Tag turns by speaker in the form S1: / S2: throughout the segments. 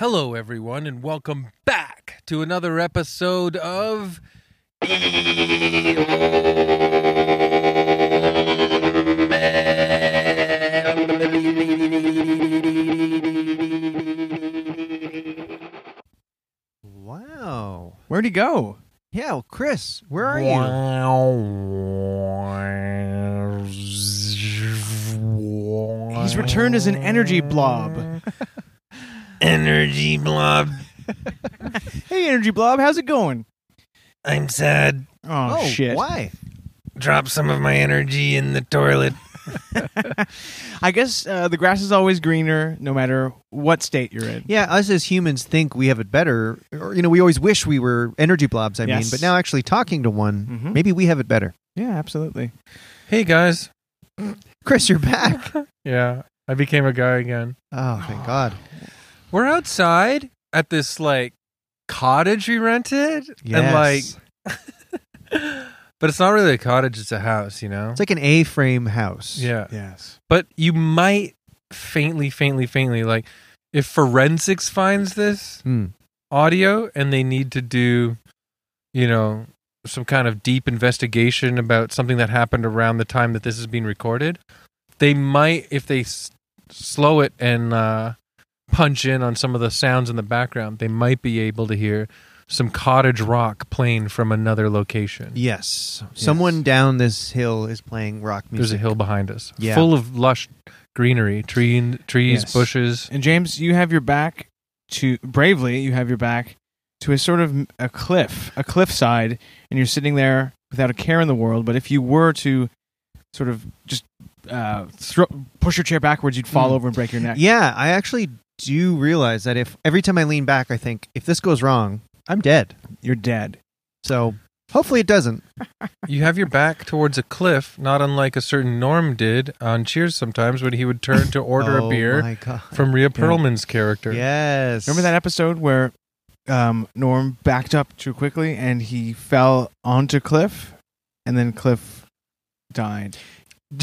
S1: Hello, everyone, and welcome back to another episode of.
S2: Wow.
S3: Where'd he go?
S2: Yeah, well, Chris, where are you?
S1: you?
S3: He's returned as an energy blob.
S1: Energy blob.
S3: Hey, energy blob, how's it going?
S1: I'm sad.
S3: Oh, shit!
S2: Why?
S1: Drop some of my energy in the toilet.
S3: I guess uh, the grass is always greener, no matter what state you're in.
S2: Yeah, us as humans think we have it better. Or, you know, we always wish we were energy blobs, I mean,
S3: Yes.
S2: but now actually talking to one,
S3: Mhm.
S2: maybe we have it better.
S3: Yeah, absolutely.
S1: Hey, guys.
S2: Chris, you're back.
S1: Yeah, I became a guy again.
S2: oh, thank God.
S1: We're outside at this, like, cottage we rented.
S2: Yes.
S1: And, like, but it's not really a cottage, it's a house, you know?
S2: it's like an A frame house.
S1: yeah.
S3: Yes.
S1: But you might faintly, faintly, faintly, like, if forensics finds this
S2: Hmm.
S1: audio and they need to do, you know, some kind of deep investigation about something that happened around the time that this is being recorded, they might, if they s- slow it and uh, punch in on some of the sounds in the background, they might be able to hear some cottage rock playing from another location.
S2: Yes. Someone down this hill is playing rock music.
S1: There's a hill behind us,
S2: Yeah.
S1: full of lush greenery, tree, trees,
S3: Yes.
S1: bushes.
S3: And James, you have your back to bravely. You have your back to a sort of a cliff, a cliffside, and you're sitting there without a care in the world. But if you were to sort of just uh, throw, push your chair backwards, you'd fall
S2: Mm.
S3: over and break your neck.
S2: Yeah, I actually do realize that if every time I lean back, I think, if this goes wrong, I'm dead.
S3: You're dead.
S2: So hopefully it doesn't.
S1: You have your back towards a cliff, not unlike a certain Norm did on Cheers sometimes when he would turn to order
S2: Oh,
S1: a beer
S2: my God.
S1: from Rhea Perlman's character.
S2: Yes.
S3: Remember that episode where um, Norm backed up too quickly and he fell onto Cliff, and then Cliff died.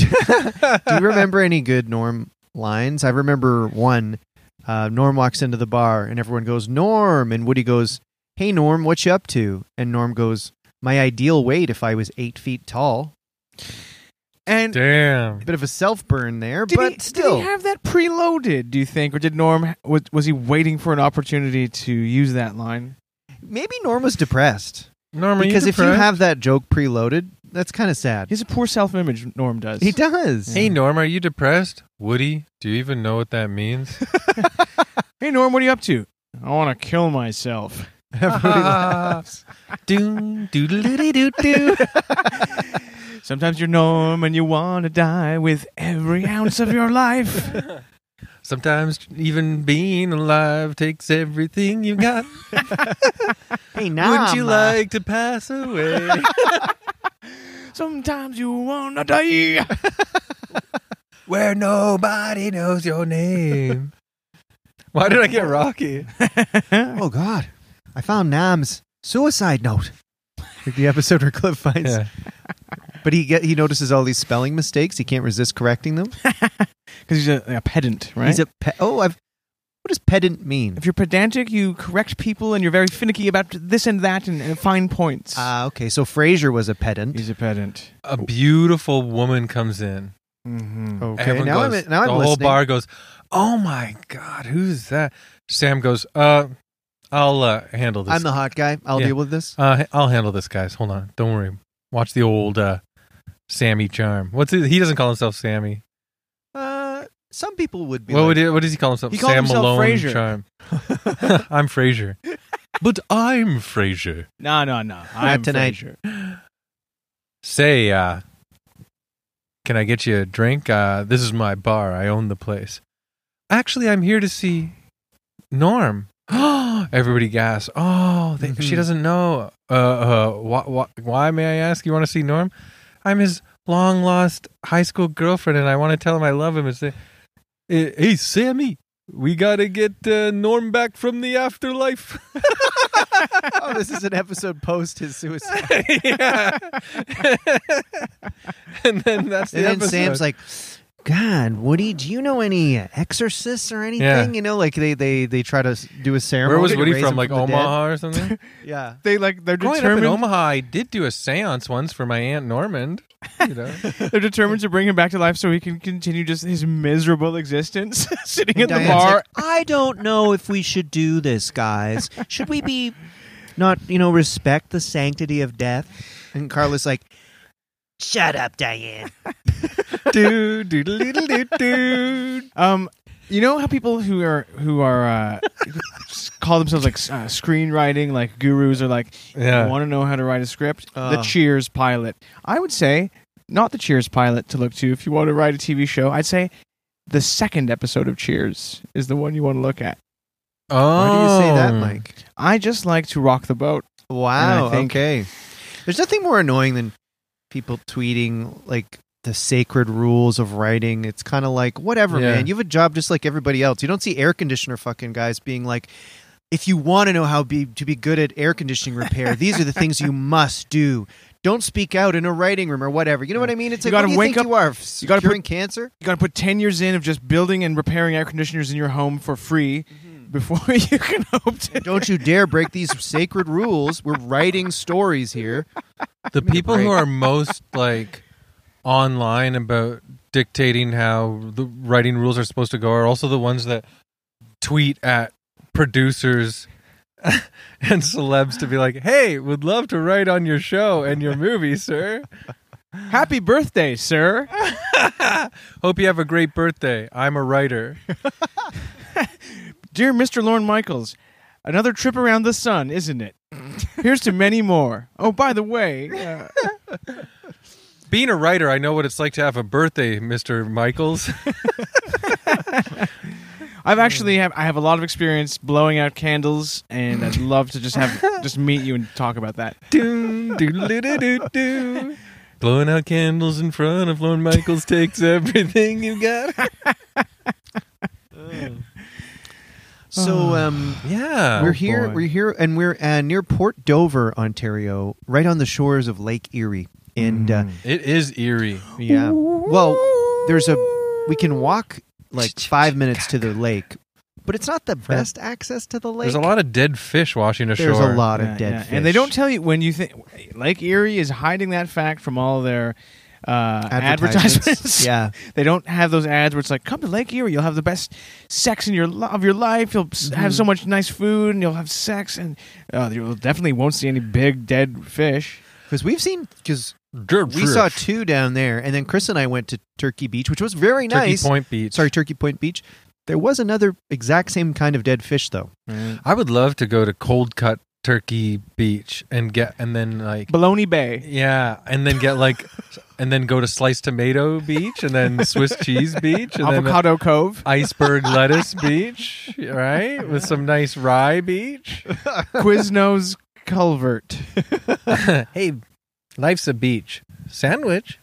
S2: Do you remember any good Norm lines? I remember one. Uh, Norm walks into the bar and everyone goes, Norm. And Woody goes, Hey, Norm, what you up to? And Norm goes, My ideal weight if I was eight feet tall.
S3: And
S1: Damn.
S2: Bit of a self burn there,
S3: did
S2: but
S3: he,
S2: still.
S3: did he have that preloaded? Do you think, or did Norm was was he waiting for an opportunity to use that line?
S2: maybe Norm was depressed.
S1: Norm, are
S2: because if you
S1: depressed?
S2: have that joke preloaded, that's kind of sad.
S3: He has a poor self image. Norm does.
S2: He does.
S1: Hey, Norm, are you depressed? Woody, do you even know what that means?
S3: Hey Norm, what are you up to? I want to kill myself.
S2: Everybody laughs.
S1: Doom, doodle-doo-doo-doo.
S3: Sometimes you're Norm and you want to die with every ounce of your life.
S1: Sometimes even being alive takes everything you've got.
S2: Hey,
S1: Wouldn't
S2: Nama.
S1: you like to pass away?
S3: Sometimes you want to die.
S1: where nobody knows your name. Why did I get Rocky?
S2: Oh, God. I found Nam's suicide note. Like the episode where Cliff finds But he get he notices all these spelling mistakes. He can't resist correcting them.
S3: Because he's a, a pedant, right?
S2: He's a pe- oh, I've what does pedant mean?
S3: if you're pedantic, you correct people and you're very finicky about this and that and, and fine points.
S2: Ah, okay. So Frasier was a pedant.
S3: he's a pedant.
S1: A beautiful woman comes in.
S3: Mm-hmm.
S2: Okay,
S1: Everyone
S2: now
S1: goes-
S2: I'm now I'm
S1: the whole
S2: listening.
S1: bar goes, "Oh my god, who's that?" Sam goes, "Uh, I'll uh, handle this.
S2: I'm the hot guy. I'll
S1: Yeah.
S2: deal with this.
S1: uh, I'll handle this, guys. Hold on, don't worry. Watch the old uh, Sammy charm. What's his, he doesn't call himself Sammy.
S2: Uh, some people would be.
S1: What
S2: like,
S1: would he, what does he call himself?
S3: He called
S1: Sam
S3: himself
S1: Malone
S3: Frasier.
S1: charm. I'm Frasier, but I'm Frasier.
S3: No, no, no. I'm
S2: tonight.
S3: Frasier.
S1: say uh can i get you a drink uh this is my bar i own the place actually i'm here to see norm everybody gasps oh they, she
S2: Mhm.
S1: doesn't know uh, uh wh- wh- why may i ask you want to see norm i'm his long lost high school girlfriend and i want to tell him i love him and say "Eh, hey sammy we gotta get uh, norm back from the afterlife
S2: oh, this is an episode post his suicide.
S1: yeah. and then that's the
S2: and then
S1: episode.
S2: Sam's like, God, Woody, do you know any exorcists or anything?
S1: Yeah.
S2: You know, like they they they try to s- do a ceremony.
S1: Where was
S2: to
S1: Woody
S2: raise
S1: from?
S2: him
S1: Like
S2: the dead.
S1: Omaha or something?
S2: Yeah.
S3: They like they're
S1: Growing up in
S3: determined.
S1: Omaha, I did do a seance once for my aunt Normand. You know,
S3: They're determined to bring him back to life so he can continue just his miserable existence, sitting in
S2: And
S3: the
S2: Diane's
S3: bar.
S2: like, I don't know if we should do this, guys. Should we be not, you know, respect the sanctity of death? And Carla's like, Shut up, Diane.
S1: do do do do do.
S3: Um, you know how people who are who are uh, s- call themselves like uh, screenwriting like gurus are like
S1: Yeah.
S3: want to know how to write a script? the
S2: Uh.
S3: Cheers pilot. I would say not the Cheers pilot to look to if you want to write a TV show. I'd say the second episode of Cheers is the one you want to look at.
S1: Oh,
S2: Why do you say that, Mike?
S3: I just like to rock the boat.
S2: Wow.
S3: And I think-
S2: okay. There's nothing more annoying than people tweeting like the sacred rules of writing. It's kind of like whatever,
S1: Yeah.
S2: man. You have a job just like everybody else. You don't see air conditioner fucking guys being like, if you want to know how be, to be good at air conditioning repair, these are the things you must do. Don't speak out in a writing room or whatever. You know what I mean? It's
S3: You
S2: like, what
S3: gotta
S2: do you
S3: wake
S2: think
S3: up-
S2: you are?
S3: you gotta put-
S2: curing cancer?
S3: You got to put ten years in of just building and repairing air conditioners in your home for free before you can hope to.
S2: Mm-hmm. Don't you dare break these sacred rules. We're writing stories here.
S1: the people who
S2: break.
S1: are most like online about dictating how the writing rules are supposed to go are also the ones that tweet at producers and celebs to be like, "Hey, would love to write on your show and your movie, sir.
S3: Happy birthday, sir.
S1: Hope you have a great birthday. I'm a writer."
S3: Dear Mr. Lorne Michaels, another trip around the sun, isn't it? Here's to many more. Oh, by the way, uh,
S1: Being a writer, I know what it's like to have a birthday, Mr. Michaels.
S3: I've actually have I have a lot of experience blowing out candles, and I'd love to just have just meet you and talk about that.
S1: Doom, doodle-doo-doo-doo. Blowing out candles in front of Lorne Michaels takes everything you got.
S2: So, um,
S1: Yeah.
S2: we're here.
S3: boy.
S2: We're here, and we're uh, near Port Dover, Ontario, right on the shores of Lake Erie. And
S1: It is eerie.
S2: uh, yeah, well, there's a we can walk like five minutes to the lake, but it's not the best access to the lake.
S1: There's a lot of dead fish washing ashore.
S2: There's a lot of
S3: Yeah,
S2: dead
S3: yeah.
S2: fish,
S3: and they don't tell you when you think Lake Erie is hiding that fact from all their uh,
S2: Advertisements.
S3: advertisements.
S2: yeah,
S3: They don't have those ads where it's like, "Come to Lake Erie, you'll have the best sex in your lo- of your life. You'll s
S1: Mm-hmm.
S3: have so much nice food, and you'll have sex, and uh, you definitely won't see any big dead fish."
S2: because we've seen because
S1: Dead
S2: we
S1: fish.
S2: saw two down there, and then Chris and I went to Turkey Beach, which was very
S1: Turkey
S2: nice.
S1: Point Beach.
S2: Sorry, Turkey Point Beach. There was another exact same kind of dead fish, though.
S1: I would love to go to Cold Cut Turkey Beach and get and then like
S3: Baloney Bay.
S1: yeah, and then get like and then go to Sliced Tomato Beach and then Swiss Cheese Beach and then uh,
S3: Avocado Cove,
S1: Iceberg Lettuce Beach, right? With some nice rye beach.
S3: Quiznos Culvert.
S1: hey, life's a beach sandwich.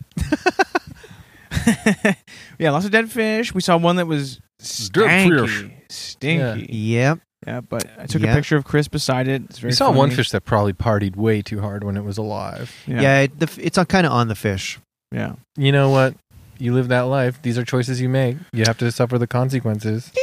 S3: yeah, lots of dead fish. We saw one that was
S1: Dead
S3: stinky,
S1: fish.
S3: stinky.
S2: Yep.
S3: Yeah. but I took
S2: Yeah.
S3: a picture of Chris beside it. It's very.
S1: We saw
S3: funny.
S1: one fish that probably partied way too hard when it was alive.
S3: Yeah,
S2: Yeah, it, the, f- it's kind of on the fish.
S3: yeah.
S1: You know what? You live that life. These are choices you make. You have to suffer the consequences. Mm-hmm.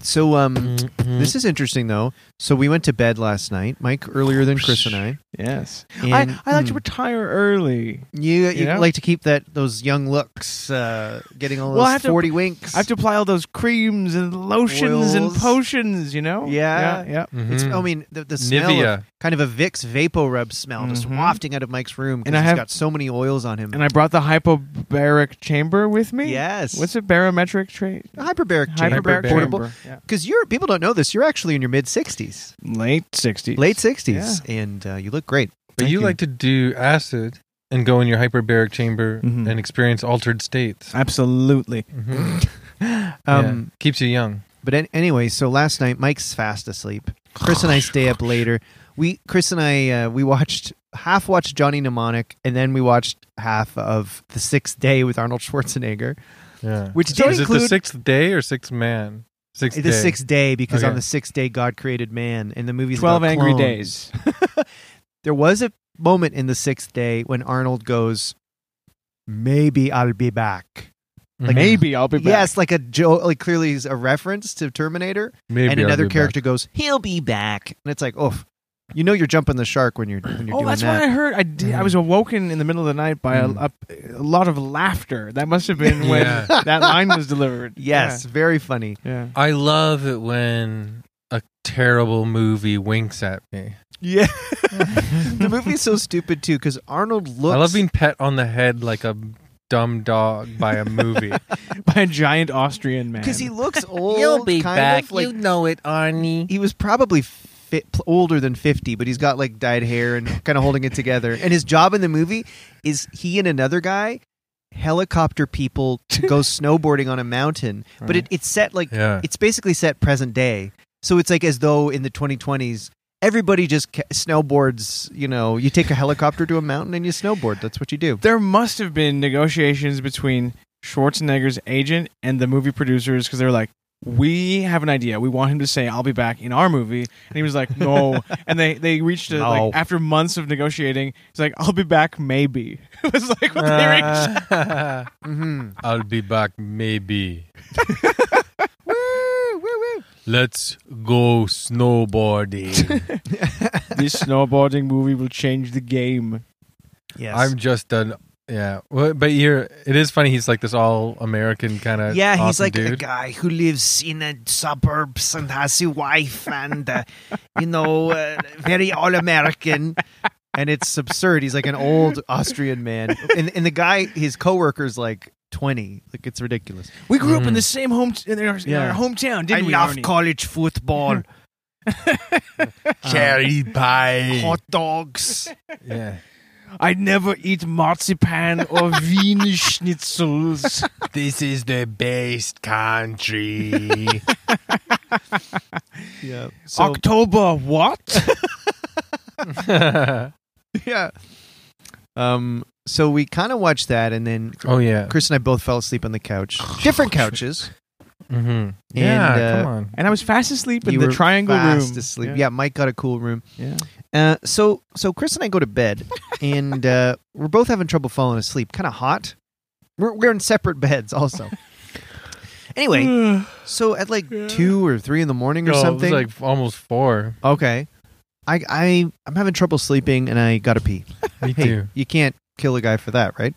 S2: So um,
S3: Mm-hmm.
S2: this is interesting though. So we went to bed last night, Mike earlier than Chris and I.
S3: Yes,
S2: And,
S3: I, I like
S1: mm.
S3: to
S2: hmm,
S3: retire early.
S2: you, you
S3: Yeah.
S2: like to keep that those young looks, uh, getting all
S3: Well, I
S2: those
S3: have to-
S2: forty winks.
S3: I have to apply all those creams and lotions and
S2: Oils.
S3: potions, you know?
S2: Yeah.
S3: Yeah. yeah.
S2: It's,
S3: Mm-hmm.
S2: I mean, the, the smell
S1: Mm-hmm. Nivea.
S2: of kind of a Vicks Vapo Rub smell just
S3: Mhm.
S2: wafting out of Mike's room because
S3: And I
S2: he's
S3: have-
S2: got so many oils on him.
S3: And I brought the hypobaric chamber with me.
S2: yes,
S3: What's a barometric trait?
S2: hyperbaric chamber?
S3: Hyperbaric
S1: Hyperbaric
S2: portable.
S3: chamber. Yeah.
S2: Because you're people don't know this. You're actually in your mid sixties,
S3: Late 60s.
S2: late sixties, and uh, you look great.
S1: but
S3: Thank
S1: you
S3: you.
S1: like to do acid and go in your hyperbaric chamber
S3: Mhm.
S1: and experience altered states.
S3: Absolutely.
S1: Mhm.
S2: Um,
S1: Yeah. Keeps you young.
S2: But an- anyway, so last night Mike's fast asleep. Chris and I stay up later. We Chris and I uh, we watched half watched Johnny Mnemonic and then we watched half of The Sixth Day with Arnold Schwarzenegger,
S1: Yeah.
S2: which
S1: So
S2: did
S1: is
S2: include
S1: it the sixth day or sixth man? Sixth
S2: the
S1: day.
S2: Sixth Day because
S1: Okay.
S2: on the sixth day God created man and the movie's
S3: 12
S2: about
S3: Angry
S2: clones.
S3: Days.
S2: There was a moment in The Sixth Day when Arnold goes, "Maybe I'll be back."
S1: Mhm.
S3: Maybe I'll be back.
S2: Yes, like a joke, like clearly is a reference to Terminator,
S1: Maybe
S2: and
S1: I'll
S2: another
S1: be back.
S2: character goes, "He'll be back," and it's like, oh, you know, you're jumping the shark when you're when you're
S3: Oh,
S2: doing
S3: that's
S2: that.
S3: what I heard. I did, I was awoken in the middle of the night by a-
S1: Mm.
S3: a, a lot of laughter. That must have been when
S1: Yeah.
S3: that line was delivered.
S2: Yes, very funny.
S3: Yeah.
S1: I love it when a terrible movie winks at me.
S2: Yeah, the movie's so stupid too because Arnold looks.
S1: I love being pet on the head like a dumb dog by a movie.
S3: yeah. By a giant Austrian man.
S2: because he looks old. kind Of, like,
S1: know it, Arnie.
S2: he was probably fit, older than 50 but he's got like dyed hair and kind of holding it together and his job in the movie is he and another guy helicopter people to go snowboarding on a mountain but it, it's set like
S1: Yeah.
S2: it's basically set present day so it's like as though in the 2020s everybody just ca- snowboards you know you take a helicopter to a mountain and you snowboard that's what you do
S3: there must have been negotiations between Schwarzenegger's agent and the movie producers because they were like, "We have an idea. We want him to say I'll be back in our movie," and he was like, "No." and they they reached it
S2: No.
S3: like after months of negotiating. He's like, "I'll be back maybe." it was like what they reached.
S2: mm-hmm.
S1: I'll be back maybe. Let's go snowboarding.
S3: this snowboarding movie will change the game.
S2: yes
S1: I'm just done. Yeah, Well, but you're. It is funny. He's like this all American kind of.
S2: Yeah, he's like a
S1: dude.
S2: guy who lives in a suburbs and has a wife and, uh, you know, uh, very all American. And it's absurd. He's like an old Austrian man. And, and the guy, his coworker's like 20. Like, it's ridiculous.
S3: We grew up in
S1: Mhm.
S3: the same home t- in, our, in
S2: Yeah.
S3: our hometown, didn't we? Arnie?
S2: college football,
S1: cherry
S2: uh,
S1: pie.
S2: dogs.
S1: Yeah,
S3: I never eat marzipan or Wiener schnitzels.
S1: this is the best country.
S2: Yeah. So,
S3: October what?
S2: yeah. Um, so we kind of watched that. And then
S1: oh yeah.
S2: Chris and I both fell asleep on the couch. Different couches.
S1: Mm-hmm. Yeah,
S2: And, uh,
S1: come on.
S3: And I was fast asleep in
S2: You
S3: the
S2: were
S3: triangle
S2: fast
S3: room.
S2: asleep. Yeah. Mike got a cool room.
S3: Yeah.
S2: Uh, so so Chris and I go to bed, and uh, we're both having trouble falling asleep. Kind of hot. We're we're in separate beds, also. anyway, so at like
S3: Mm. Yeah.
S2: two or three in the morning or
S1: No, it was
S2: something.
S1: like almost four.
S2: okay, I I I'm having trouble sleeping, and I gotta pee.
S1: Me
S2: Hey,
S1: too.
S2: you can't kill a guy for that, right?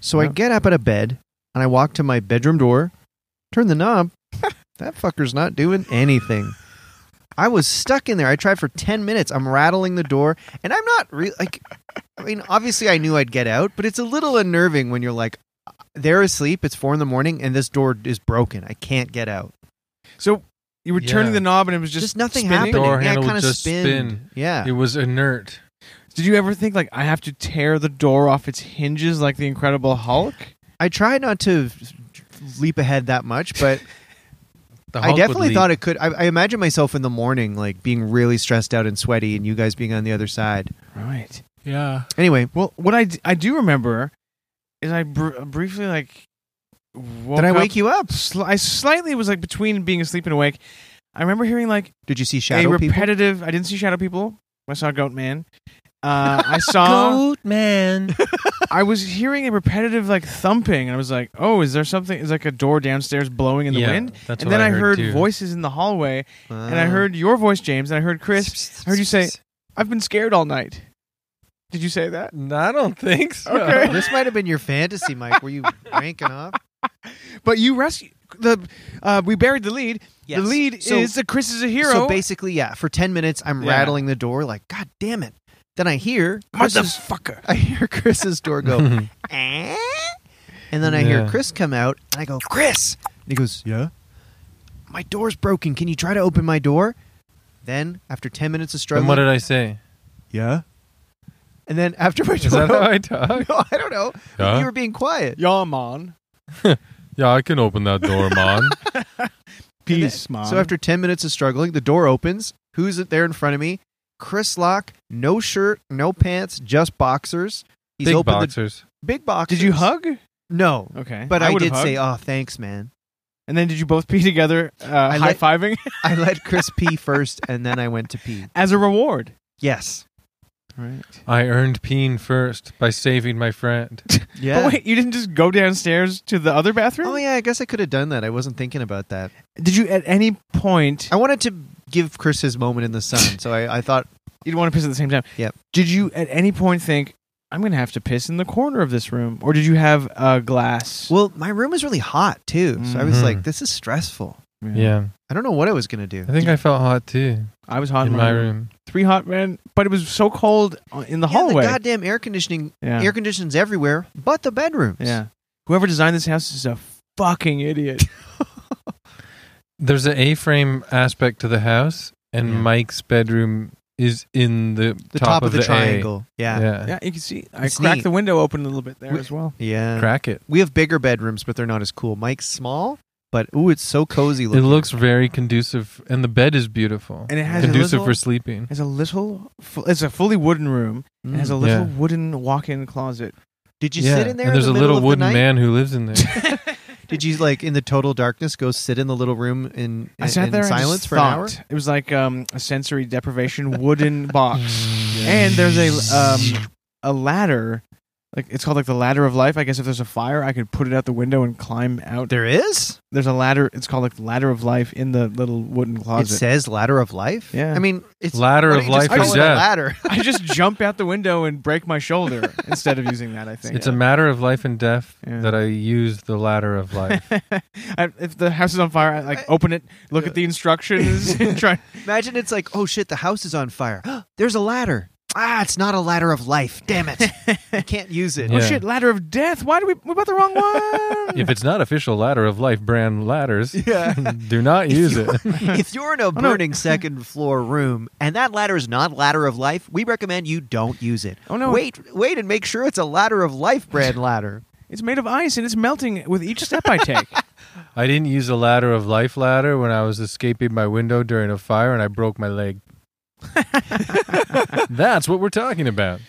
S2: So I
S3: No.
S2: get up out of bed and I walk to my bedroom door, turn the knob. that fucker's not doing anything. I was stuck in there. I tried for 10 minutes. I'm rattling the door and I'm not really like, I mean, obviously I knew I'd get out, but it's a little unnerving when you're like, they're asleep, it's four in the morning, and this door is broken. I can't get out.
S3: So you were turning
S1: Yeah.
S3: the knob and it was just,
S2: Just, nothing
S3: spinning?
S2: happening.
S1: Door
S2: yeah,
S1: handle
S2: kind of
S1: just
S2: spinned.
S1: spin.
S2: Yeah.
S1: It was inert.
S3: Did you ever think like I have to tear the door off its hinges like the Incredible Hulk?
S2: I try not to f- leap ahead that much, but
S1: The
S2: I
S1: Hulk would
S2: definitely
S1: leap.
S2: thought it could. I, I imagine myself in the morning, like being really stressed out and sweaty, and you guys being on the other side.
S3: Right.
S1: Yeah.
S2: Anyway,
S3: Well, what I, d- I do remember is I br- uh, briefly like woke
S2: did I
S3: up-
S2: wake you up?
S3: Sli- I slightly was like between being asleep and awake. I remember hearing like
S2: Did you see
S3: a
S2: shadow people?
S3: repetitive. I didn't see Shadow People. I saw Goat Man. Uh, I saw.
S1: man.
S3: I was hearing a repetitive like thumping, and I was like, "Oh, is there something? Is like a door downstairs blowing in the
S1: Yeah,
S3: wind?"
S1: that's
S3: and
S1: what
S3: then
S1: I
S3: I
S1: heard,
S3: heard,
S1: too.
S3: voices in the hallway, and I
S2: Ah.
S3: heard your voice, James, and I heard Chris. I heard you say, "I've been scared all night." Did you say that?
S1: No, I don't think so.
S3: Okay.
S2: This might have been your fantasy, Mike. Were you ranking off?
S3: But you rescued the. Uh, we buried the lead. The lead
S2: So-
S3: is that Chris is a hero.
S2: So basically, yeah. For ten minutes, I'm
S3: Yeah.
S2: rattling the door, like God damn it. Then I hear Chris's,
S3: motherfucker.
S2: I hear Chris's door go, "Eh?" and then I hear
S1: Yeah.
S2: Chris come out, and I go, Chris. And he goes, Yeah. My door's broken. Can you try to open my door? Then, after ten minutes of
S1: And
S2: struggling,
S1: what did I say?
S2: Yeah. And then after my
S1: Is
S2: door,
S1: that how I talk?
S2: no, I don't know.
S1: Yeah.
S2: You were being quiet.
S3: Yeah, man.
S1: Yeah, I can open that door, man.
S3: Peace, man.
S2: So after ten minutes of struggling, the door opens. Who's it there in front of me? Chris Locke, no shirt, no pants, just boxers. He's
S1: Big
S2: opened
S1: boxers.
S2: the big boxers.
S3: did you hug?
S2: No,
S3: Okay,
S2: but I,
S3: would've
S2: did say,
S3: hugged.
S2: "Oh, thanks, man."
S3: And then did you both pee together, uh,
S2: I
S3: high
S2: let-
S3: fiving
S2: I let Chris pee first, and then I went to pee.
S3: as a reward?
S2: Yes.
S3: Right.
S1: I earned peen first by saving my friend.
S2: Yeah.
S3: But wait, you didn't just go downstairs to the other bathroom?
S2: Oh yeah, I guess I could have done that. I wasn't thinking about that.
S3: Did you at any point
S2: I wanted to give Chris his moment in the sun, so I, I thought
S3: you'd want to piss at the same time?
S2: Yep.
S3: Did you at any point think I'm going to have to piss in the corner of this room, or did you have a glass?
S2: Well, my room was really hot too, so I was
S1: Mhm.
S2: like, "This is stressful."
S1: Yeah,
S2: I don't know what I was gonna do.
S1: I think I felt hot too
S3: I was hot
S1: in my room.
S3: Three hot men, but it was so cold uh, in the
S2: yeah,
S3: hallway.
S2: the goddamn air conditioning,
S3: yeah.
S2: air conditions everywhere, but the bedrooms.
S3: yeah. Whoever designed this house is a fucking idiot.
S1: There's an A-frame aspect to the house, and
S2: Yeah.
S1: Mike's bedroom is in the,
S2: the top, of the,
S1: A.
S2: triangle.
S1: Yeah.
S2: Yeah,
S3: yeah, you can see. I
S2: It's
S3: cracked
S2: neat.
S3: the window open a little bit there
S2: We-
S3: as well.
S2: yeah.
S1: crack it.
S2: We have bigger bedrooms, but they're not as cool. Mike's small, but ooh, it's so cozy.
S1: It
S2: Looking.
S1: looks very conducive, and the bed is beautiful.
S3: And it has a
S1: conducive
S3: little,
S1: for sleeping.
S3: has a little. fu- It's a fully wooden room.
S2: Mm.
S3: It has a little
S1: Yeah.
S3: wooden walk-in closet.
S2: Did you
S1: yeah.
S2: sit in there?
S1: and there's
S2: in the
S1: a
S2: middle
S1: little
S2: of the
S1: wooden
S2: night?
S1: man who lives in there.
S2: Did you like in the total darkness go sit in the little room in,
S3: I sat
S2: in
S3: there and just
S2: silence for an hour?
S3: thought. It was like um, a sensory deprivation wooden box, and there's a um, a ladder. Like it's called like the ladder of life. I guess if there's a fire, I could put it out the window and climb out.
S2: There is.
S3: There's a ladder. It's called like the ladder of life in the little wooden
S2: It
S3: closet.
S2: says ladder of life.
S3: Yeah.
S2: I mean, it's
S1: Ladder
S2: why
S1: of
S2: don't you
S1: life
S2: just
S1: and
S2: call it a
S1: death.
S2: ladder.
S3: I just jump out the window and break my shoulder instead of using that. I think
S1: It's a matter of life and death
S3: Yeah.
S1: that I use the ladder of life.
S3: I, if the house is on fire, I like open it, look at the instructions, and try.
S2: Imagine it's like, oh shit, the house is on fire. There's a ladder. Ah, it's not a ladder of life. Damn it. I can't use it.
S1: Yeah.
S3: Oh shit! Ladder of death. Why did we? We bought the wrong one.
S1: if it's not official ladder of life brand ladders,
S2: Yeah.
S1: do not use it.
S2: if you're in a burning second floor room and that ladder is not ladder of life, we recommend you don't use it.
S3: Oh, no.
S2: Wait, wait and make sure it's a ladder of life brand ladder.
S3: It's made of ice and it's melting with each step I take.
S1: I didn't use the ladder of life ladder when I was escaping my window during a fire and I broke my leg. That's what we're talking about.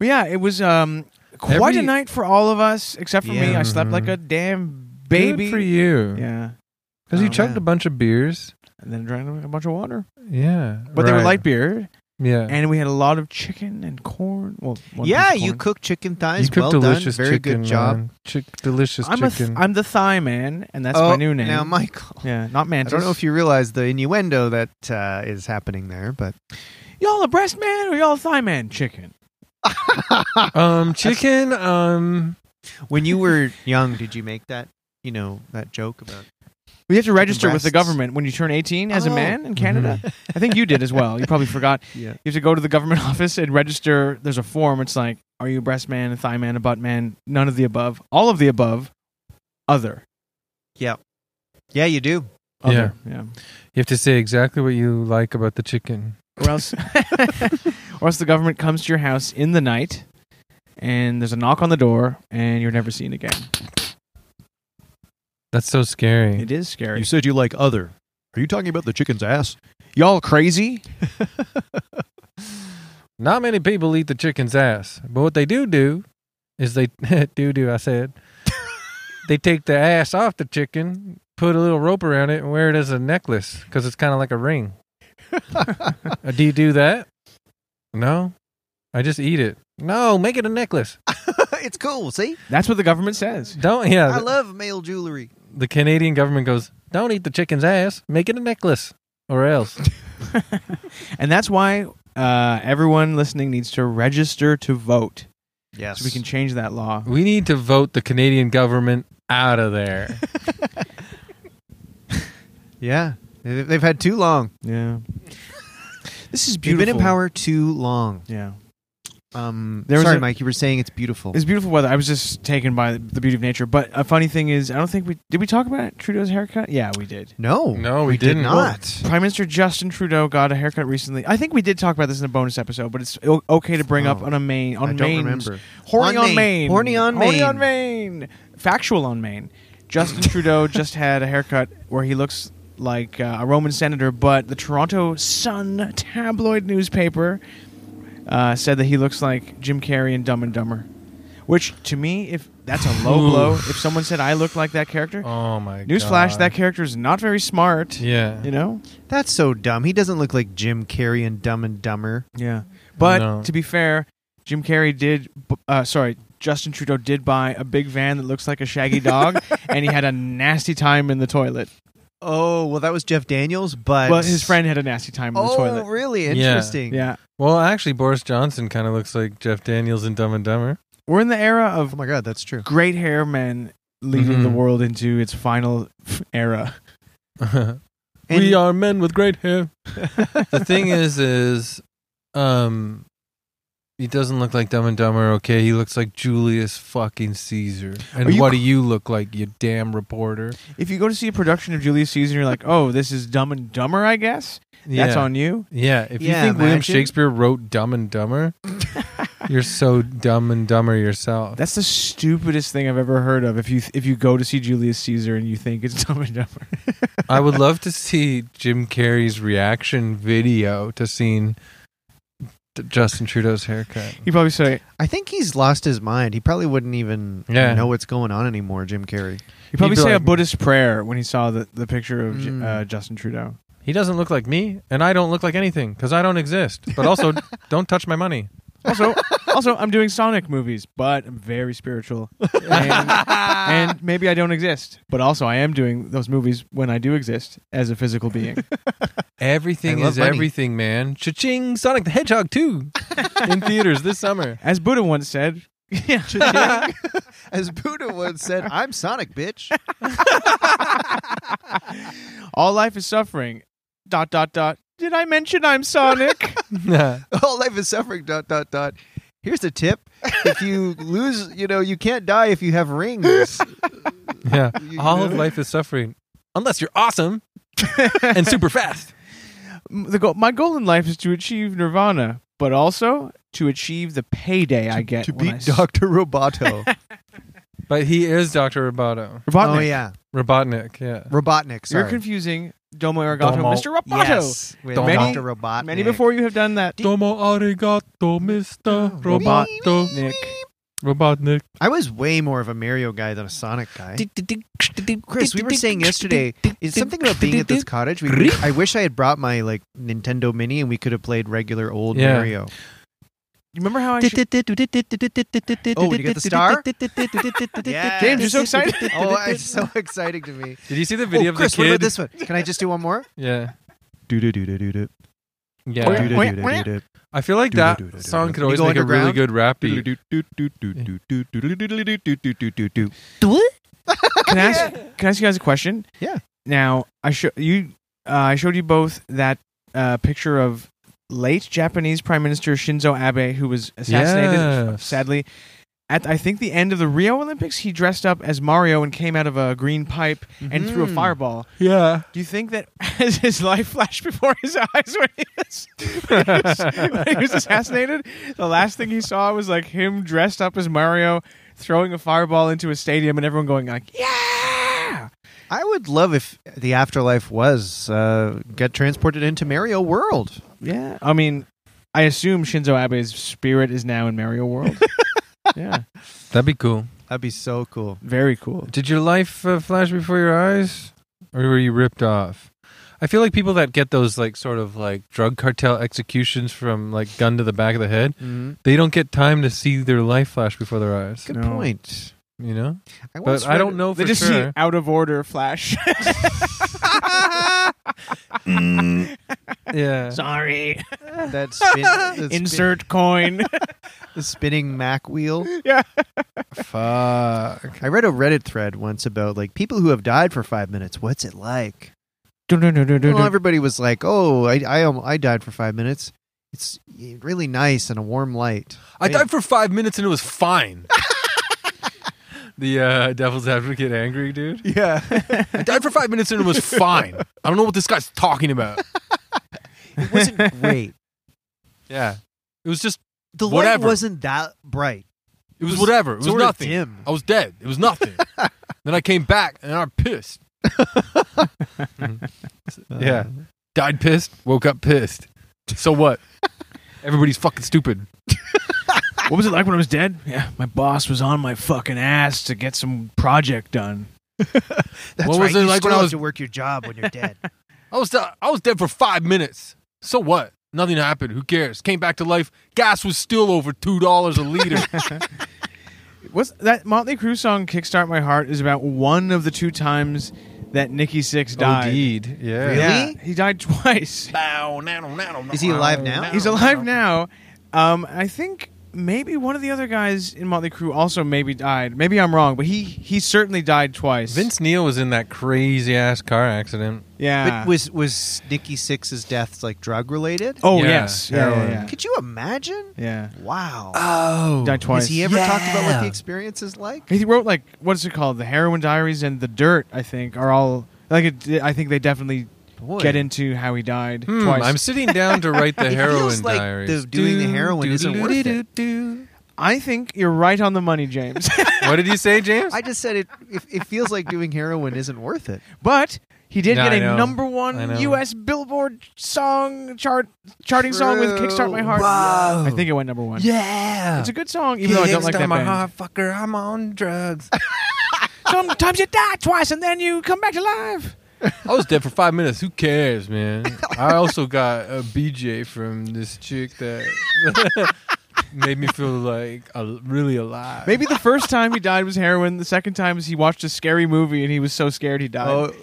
S3: but yeah, it was um quite a
S1: Every-
S3: night for all of us except for me.
S2: Yeah.
S3: I slept
S1: Mhm.
S3: like a damam baby.
S1: Good for you.
S3: Yeah,
S1: Because you
S2: Oh,
S1: chugged
S2: man.
S1: a bunch of beers.
S3: and then drank a bunch of water.
S1: Yeah.
S3: But they were
S1: right.
S3: light beer,
S1: Yeah.
S3: and we had a lot of chicken and corn. Well, one
S2: yeah,
S3: piece of
S2: you
S3: corn.
S2: cook chicken
S1: you
S2: thighs.
S1: cooked
S2: well
S1: delicious
S2: done. Very
S1: chicken. uh,
S2: good job.
S1: man. Chick- delicious
S3: I'm a th-
S1: chicken.
S3: I'm the thigh man, and that's
S2: Oh,
S3: my new name.
S2: Now, Michael.
S3: yeah, not
S2: I
S3: mantis.
S2: don't know if you realize the innuendo that uh, is happening there, but
S3: y'all a breast man or y'all a thigh man chicken.
S1: um, chicken. Um,
S2: when you were young, did you make that, you know, that joke about
S3: We have to register with the
S2: breasts.
S3: government when you turn 18 as a
S2: Oh.
S3: man in Canada. I think you did as well. You probably forgot.
S2: Yeah.
S3: You have to go to the government office and register. There's a form. It's like, are you a breast man, a thigh man, a butt man? None of the above. All of the above. Other.
S2: Yeah, you do.
S3: Other. Yeah.
S1: you have to say exactly what you like about the chicken.
S3: Or else, or else the government comes to your house in the night, and there's a knock on the door, and you're never seen again.
S1: That's so scary.
S3: It is scary.
S2: said you like other. Are you talking about the chicken's ass?
S3: Y'all crazy?
S1: Not many people eat the chicken's ass, but what they do do is they do do. I said they take the ass off the chicken, put a little rope around it, and wear it as a necklace because it's kind of like a ring. Uh, do you do that? No, I just eat it. No, make it a necklace.
S2: it's cool. See,
S3: That's what the government says.
S1: Don't. Yeah,
S2: I
S1: the,
S2: love male jewelry.
S1: the Canadian government goes. Don't eat the chicken's ass. Make it a necklace, or else.
S3: and that's why uh, everyone listening needs to register to vote
S2: Yes,
S3: so we can change that law.
S1: We need to vote the Canadian government out of there.
S2: Yeah, They- they've had too long.
S3: Yeah. This is
S2: You've
S3: beautiful.
S2: been in power too long.
S3: Yeah.
S2: Um,
S3: There was
S2: sorry,
S3: a-
S2: Mike. You were saying it's beautiful.
S3: It's beautiful weather. I was just taken by the beauty of nature. But a funny thing is, I don't think we did we talk about it? Trudeau's haircut? Yeah, we did.
S2: no,
S1: No, we,
S2: we did
S1: didn't.
S2: not.
S3: Prime Minister Justin Trudeau got a haircut recently. I think we did talk about this in a bonus episode, but it's o- okay to bring up
S2: Oh,
S3: on a main on
S2: I don't
S3: Maine's-
S2: remember.
S3: Horny
S2: On Maine.
S3: on Maine.
S2: Horny on
S3: Horny
S2: Maine.
S3: on Maine. Factual on Maine. Justin Trudeau just had a haircut where he looks like uh, a Roman senator, but the Toronto Sun tabloid newspaper uh, said that he looks like Jim Carrey in Dumb and Dumber. Which to me, if that's a low blow, if someone said I look like that character,
S1: Oh my god.
S3: newsflash, that character is not very smart.
S1: Yeah.
S3: You know.
S2: That's so dumb. He doesn't look like Jim Carrey in Dumb and Dumber.
S3: Yeah. But
S1: No.
S3: to be fair, Jim Carrey did. b- Uh, sorry, Justin Trudeau did buy a big van that looks like a shaggy dog, and he had a nasty time in the toilet.
S2: Oh well, that was Jeff Daniels, but
S3: Well, his friend had a nasty time in the
S2: Oh,
S3: toilet.
S2: really
S1: Yeah.
S2: interesting.
S3: Yeah,
S1: Well, actually, Boris Johnson kind of looks like Jeff Daniels in Dumb and Dumber.
S3: we're in the era
S2: Oh
S3: of
S2: my god, that's true.
S3: great hair men leading
S1: Mhm.
S3: the world into its final era.
S1: we are men with great hair. the thing is, is um, he doesn't look like Dumb and Dumber. Okay, he looks like Julius fucking Caesar.
S3: Are
S1: And
S3: you
S1: what
S3: cr-
S1: do you look like, you damn reporter?
S3: If you go to see a production of Julius Caesar, you're like, "Oh, this is Dumb and Dumber," I guess. That's
S1: yeah.
S3: on you.
S1: Yeah, if you
S2: Yeah,
S1: think William
S2: imagine.
S1: Shakespeare wrote Dumb and Dumber, you're so dumb and dumber yourself.
S3: That's the stupidest thing I've ever heard of. If you if you go to see Julius Caesar and you think it's Dumb and Dumber,
S1: I would love to see Jim Carrey's reaction video to seeing D- Justin Trudeau's haircut.
S3: you probably say
S2: I think he's lost his mind. He probably wouldn't even
S1: Yeah.
S2: know what's going on anymore. Jim Carrey.
S3: you probably
S1: be
S3: say a
S1: like-
S3: Buddhist prayer when he saw the, the picture of J
S2: Mm.
S3: uh, Justin Trudeau.
S1: He doesn't look like me, and I don't look like anything because I don't exist. But also, don't touch my money.
S3: Also, also I'm doing Sonic movies, but I'm very spiritual, and, and maybe I don't exist. But also, I am doing those movies when I do exist as a physical being.
S1: Everything
S2: I love
S1: is
S2: money.
S1: everything, man. Cha-ching! Sonic the Hedgehog 2 in theaters this summer.
S3: As Buddha once said, yeah,
S2: As Buddha once said, "I'm Sonic, bitch."
S3: all life is suffering. Dot dot dot. Did I mention I'm Sonic?
S2: All life is suffering. Dot dot dot. Here's a tip: if you lose, you know you can't die if you have rings.
S1: yeah.
S2: You
S1: All of
S2: know?
S1: life is suffering unless you're awesome and super fast.
S3: M- the goal, my goal in life is to achieve nirvana, but also to achieve the payday I get
S2: to
S3: when I
S2: beat
S3: s-
S2: Doctor Roboto.
S1: But he is Dr. Roboto.
S3: Robotnik.
S2: Oh yeah,
S1: Robotnik, yeah.
S2: Robotnik. Sorry.
S3: You're confusing Domo Arigato,
S1: Domo.
S3: Mr. Roboto.
S2: Yes, with
S1: Domo.
S2: Doctor Robotnik.
S3: Many before you have done that.
S1: Domo arigato,
S2: Oh,
S1: Mr. Roboto.
S3: Nick.
S1: Robotnik.
S2: I was way more of a Mario guy than a Sonic guy. Chris, we were saying yesterday, is something about being at this cottage. We, I wish I had brought my like Nintendo Mini and we could have played regular old
S1: Yeah.
S2: Mario.
S3: You remember how I should-
S2: Oh, did you get the star? yes.
S3: James, you're so excited.
S2: Oh, it's so exciting to me.
S1: Did you see the video
S2: oh,
S1: of
S2: Chris,
S1: the
S2: what about
S1: kid?
S2: this one? Can I just do one more?
S1: Yeah.
S2: Do do do do do do
S1: Yeah.
S3: Wait, wait.
S1: I feel like
S2: Do, do,
S1: that
S2: do, do, do,
S1: song
S2: do.
S1: could always
S2: You go
S1: make a really
S2: underground?
S1: good rap beat.
S2: do.
S3: can I ask can I ask you guys a question?
S2: Yeah.
S3: Now I show you uh, I showed you both that uh, picture of late Japanese Prime Minister Shinzo Abe who was assassinated
S1: Yes.
S3: sadly at I think the end of the Rio Olympics he dressed up as Mario and came out of a green pipe and threw a
S2: Mhm.
S3: fireball.
S1: Yeah.
S3: Do you think that as his life flashed before his eyes when he was, when he was, when he was assassinated, the last thing he saw was like him dressed up as Mario throwing a fireball into a stadium and everyone going like, "Yeah!"
S2: I would love if the afterlife was uh, get transported into Mario World.
S3: Yeah, I mean, I assume Shinzo Abe's spirit is now in Mario World. yeah,
S1: That'd be cool.
S2: That'd be so cool.
S3: very cool.
S1: Did your life uh, flash before your eyes, or were you ripped off? I feel like people that get those like sort of like drug cartel executions from like gun to the back of the head,
S2: Mm-hmm.
S1: they don't get time to see their life flash before their eyes.
S2: Good
S3: No.
S2: point.
S1: You know,
S2: I
S1: but I don't know
S3: They
S1: for
S3: just see
S1: sure.
S3: out of order flash.
S1: yeah,
S3: Sorry.
S2: that spin, the spin-
S3: Insert coin.
S2: the spinning Mac wheel.
S3: yeah.
S1: fuck.
S2: I read a Reddit thread once about like people who have died for five minutes. What's it like? Well, everybody was like, "Oh, I I, almo- I died for five minutes. It's really nice and a warm light."
S1: I died for five minutes and it was fine. the uh, devil's advocate, angry dude.
S2: Yeah,
S1: I died for five minutes and it was fine. I don't know what this guy's talking about.
S2: it wasn't great.
S1: Yeah, it was just
S2: The light
S1: Whatever.
S2: wasn't that bright.
S1: it was, whatever. It was
S2: Sort of
S1: nothing.
S2: dim.
S1: I was dead. It was nothing. then I came back and I'm pissed. Yeah. Died pissed, woke up pissed. So what? Everybody's fucking stupid.
S3: What was it like when I was dead? Yeah, my boss was on my fucking ass to get some project done.
S2: That's
S1: What
S2: right.
S1: was it
S2: you
S1: like
S2: still
S1: when I
S2: have
S1: was-
S2: to work your job when you're dead?
S1: I was I was dead for 5 minutes. So what? Nothing happened. Who cares? Came back to life. Gas was still over two dollars a liter.
S3: What's that Motley Crue song "Kickstart My Heart" is about one of the two times that Nikki Six died.
S1: Indeed. Yeah.
S2: Really?
S3: Yeah, he died twice.
S1: Is
S2: Is he
S1: Oh,
S2: alive now?
S3: He's alive now. Um, I think maybe one of the other guys in Motley Crue also maybe died. Maybe I'm wrong, but he he certainly died twice.
S1: Vince Neil was in that crazy ass car accident.
S3: yeah.
S2: But was was Nikki Six's death like drug related?
S3: oh
S1: Yeah,
S3: yes, yeah, yeah,
S1: heroin.
S3: yeah.
S2: Could you imagine?
S3: Yeah.
S2: Wow.
S1: Oh.
S3: died twice.
S2: Has he ever talked about what
S1: Yeah.
S2: the experience is like?
S3: He wrote like what's it called? The Heroin Diaries and The Dirt. I think are all like it, I think they definitely
S2: Boy.
S3: get into how he died
S1: Hmm,
S3: twice.
S1: I'm sitting down to write the
S2: It
S1: heroin
S2: feels like
S1: diaries.
S2: the- doing the heroin
S1: Doo,
S2: isn't
S1: doo,
S2: worth it.
S1: doo, doo.
S3: I think you're right on the money, James.
S1: What did you say, James?
S2: I just said it, it. It feels like doing heroin isn't worth it.
S3: but he did
S1: No,
S3: get
S1: I
S3: a
S1: know.
S3: number
S1: I
S3: one
S1: know.
S3: U.S. Billboard song chart charting song with
S2: True.
S3: "Kickstart My Heart."
S1: Wow.
S3: I think it went number one.
S1: yeah.
S3: It's a good song, even though I don't like that
S1: my
S3: band.
S1: heart, fucker. I'm on drugs.
S3: Sometimes you die twice and then you come back to life.
S1: I was dead for five minutes. Who cares, man? I also got a BJ from this chick that made me feel like a, really alive.
S3: Maybe the first time he died was heroin. The second time is he watched a scary movie and he was so scared he died.
S2: Oh,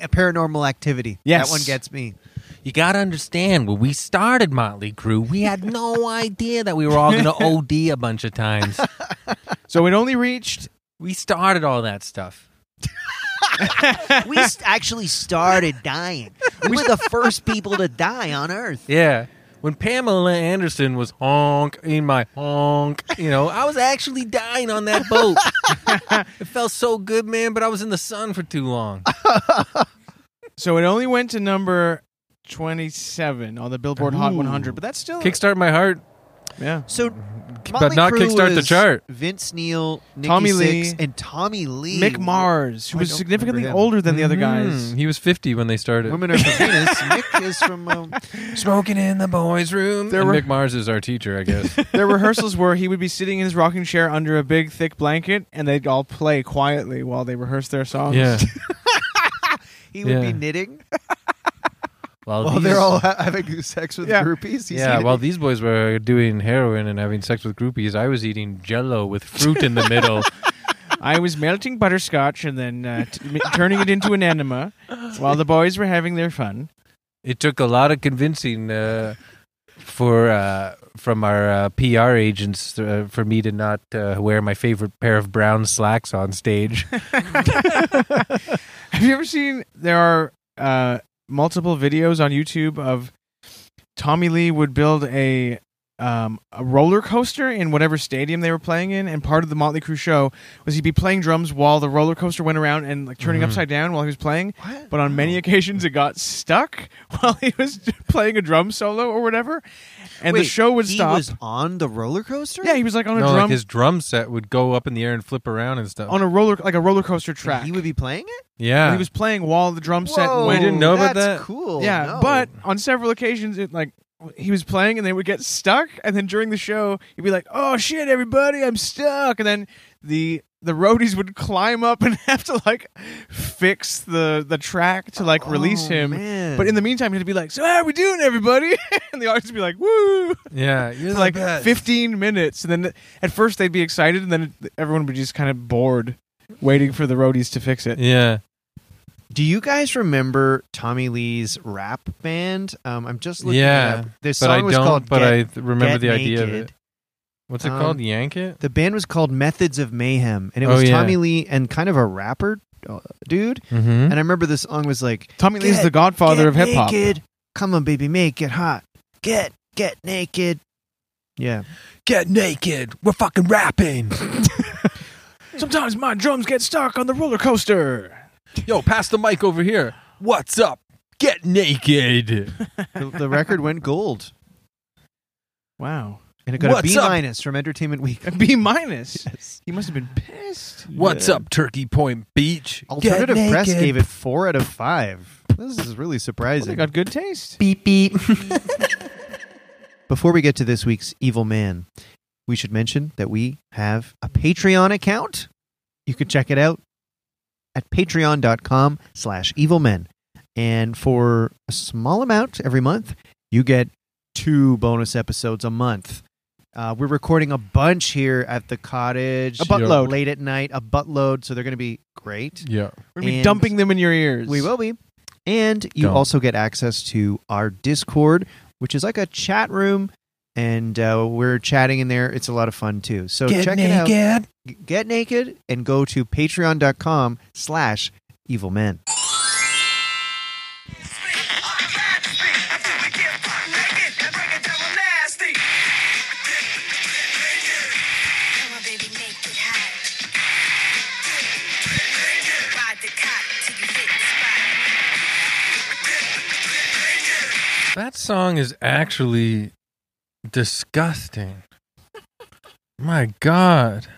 S2: a paranormal activity.
S3: Uh, Yes.
S2: that one gets me.
S1: You gotta understand, when we started Motley Crue, we had no idea that we were all gonna OD a bunch of times.
S3: So it only reached.
S1: We started all that stuff.
S2: We s- actually started dying. We were the first people to die on Earth.
S1: Yeah. When Pamela Anderson was honk in my honk, you know, I was actually dying on that boat. it felt so good, man, but I was in the sun for too long.
S3: Oh. So it only went to number twenty-seven on the Billboard Hot
S2: Ooh.
S3: 100. But that's still
S1: Kickstart my heart.
S3: Yeah.
S2: So,
S1: But not
S2: Motley Crue
S1: kickstart the
S2: was
S1: chart.
S2: Vince Neil, Nikki
S3: Tommy
S2: Sixx,
S3: Lee.
S2: and Tommy Lee.
S3: Mick Mars, who
S2: I
S3: was
S2: don't
S3: significantly
S2: remember him. Hmm.
S3: older than the other guys.
S1: Mm, he was 50 when they started.
S2: Women are from Venus. Mick is from. Um,
S1: Smoking in the boys' room.
S3: There
S1: and
S3: were-
S1: Mick Mars is our teacher, I guess.
S3: Their rehearsals were he would be sitting in his rocking chair under a big thick blanket, and they'd all play quietly while they rehearsed their songs.
S1: yeah.
S2: he would
S1: Yeah.
S2: be knitting
S1: Well,
S2: while they're all ha- having sex with
S3: Yeah.
S2: groupies. He's
S1: yeah,
S2: knitting.
S1: while these boys were doing heroin and having sex with groupies, I was eating jello with fruit in the middle.
S3: I was melting butterscotch and then uh, t- m- turning it into an enema while the boys were having their fun.
S1: It took a lot of convincing uh, for uh, from our uh, PR agents uh, for me to not uh, wear my favorite pair of brown slacks on stage.
S3: Have you ever seen there are uh, multiple videos on YouTube of Tommy Lee would build a um, a roller coaster in whatever stadium they were playing in, and part of the Motley Crue show was he'd be playing drums while the roller coaster went around and like turning
S1: Mhm.
S2: Mm-hmm.
S3: upside down while he was playing.
S2: What?
S3: But on many occasions, it got stuck while he was playing a drum solo or whatever, and
S2: Wait,
S3: the show would
S2: he
S3: stop.
S2: was on the roller coaster.
S3: yeah, he was like on a
S1: no, like
S3: drum
S1: his drum set would go up in the air and flip around and stuff.
S3: on a roller like a roller coaster
S2: And
S3: track.
S2: He would be playing it.
S1: yeah,
S3: And he was playing while the drum set
S2: Whoa,
S3: went.
S1: You didn't know about
S2: that's
S1: that?
S2: Cool.
S3: yeah,
S2: no.
S3: but on several occasions, it like he was playing and they would get stuck, and then during the show, he'd be like, "Oh shit, everybody, I'm stuck!" And then the the roadies would climb up and have to like fix the the track to like release
S2: Oh,
S3: him.
S2: man.
S3: But in the meantime, he'd be like, "So how are we doing, everybody?" and the audience would be like, "Woo!"
S1: yeah, you're
S3: For like
S1: the best.
S3: 15 minutes, and then at first they'd be excited, and then everyone would be just kind of bored, waiting for the roadies to fix it.
S1: Yeah,
S2: Do you guys remember Tommy Lee's rap band? Um, I'm just looking
S1: Yeah,
S2: it up. This
S1: but
S2: song
S1: I
S2: was
S1: don't.
S2: called
S1: But
S2: Get,
S1: I th- remember
S2: Get
S1: the idea of
S2: Naked.
S1: it. What's it
S2: Um,
S1: called? Yank it.
S2: The band was called Methods of Mayhem, and it
S1: Oh,
S2: was
S1: yeah.
S2: Tommy Lee and kind of a rapper uh, dude.
S1: Mm-hmm.
S2: And I remember the song was like,
S3: Tommy Lee's
S2: Get-
S3: the godfather
S2: "Get
S3: of hip hop.
S2: naked. Come on, baby, make it hot. Get get naked. Yeah,
S1: Get naked. We're fucking rapping.
S3: Sometimes my drums get stuck on the roller coaster.
S1: Yo, pass the mic over here. What's up? Get naked.
S2: the, the record went gold,
S3: Wow.
S2: and it got a
S1: What's
S2: B
S1: up?
S2: minus from Entertainment Weekly.
S3: A B minus.
S2: Yes.
S3: He must have been pissed.
S1: What's up, Turkey Point Beach?
S2: Alternative Press gave it four out of five. This is really
S3: Well, they
S2: surprising.
S3: got good taste.
S1: beep beep.
S2: Before we get to this week's evil man, we should mention that we have a Patreon account. You can check it out at patreon.com slash evilmen. And for a small amount every month, you get two bonus episodes a month. Uh, we're recording a bunch here at the cottage.
S3: A buttload.
S2: Late at night, a buttload. So they're going to be great.
S1: Yeah.
S3: We're gonna be
S2: And-
S3: dumping them in your ears.
S2: We will be. And you
S1: Dumb.
S2: also get access to our Discord, which is like a chat room. And uh, we're chatting in there. It's a lot of fun, too. So check it out. G- Get naked and go to patreon.com slash evil men.
S4: Come on, baby, make it hot. Ride the cock till you hit the spot.
S1: That song is actually disgusting. My God.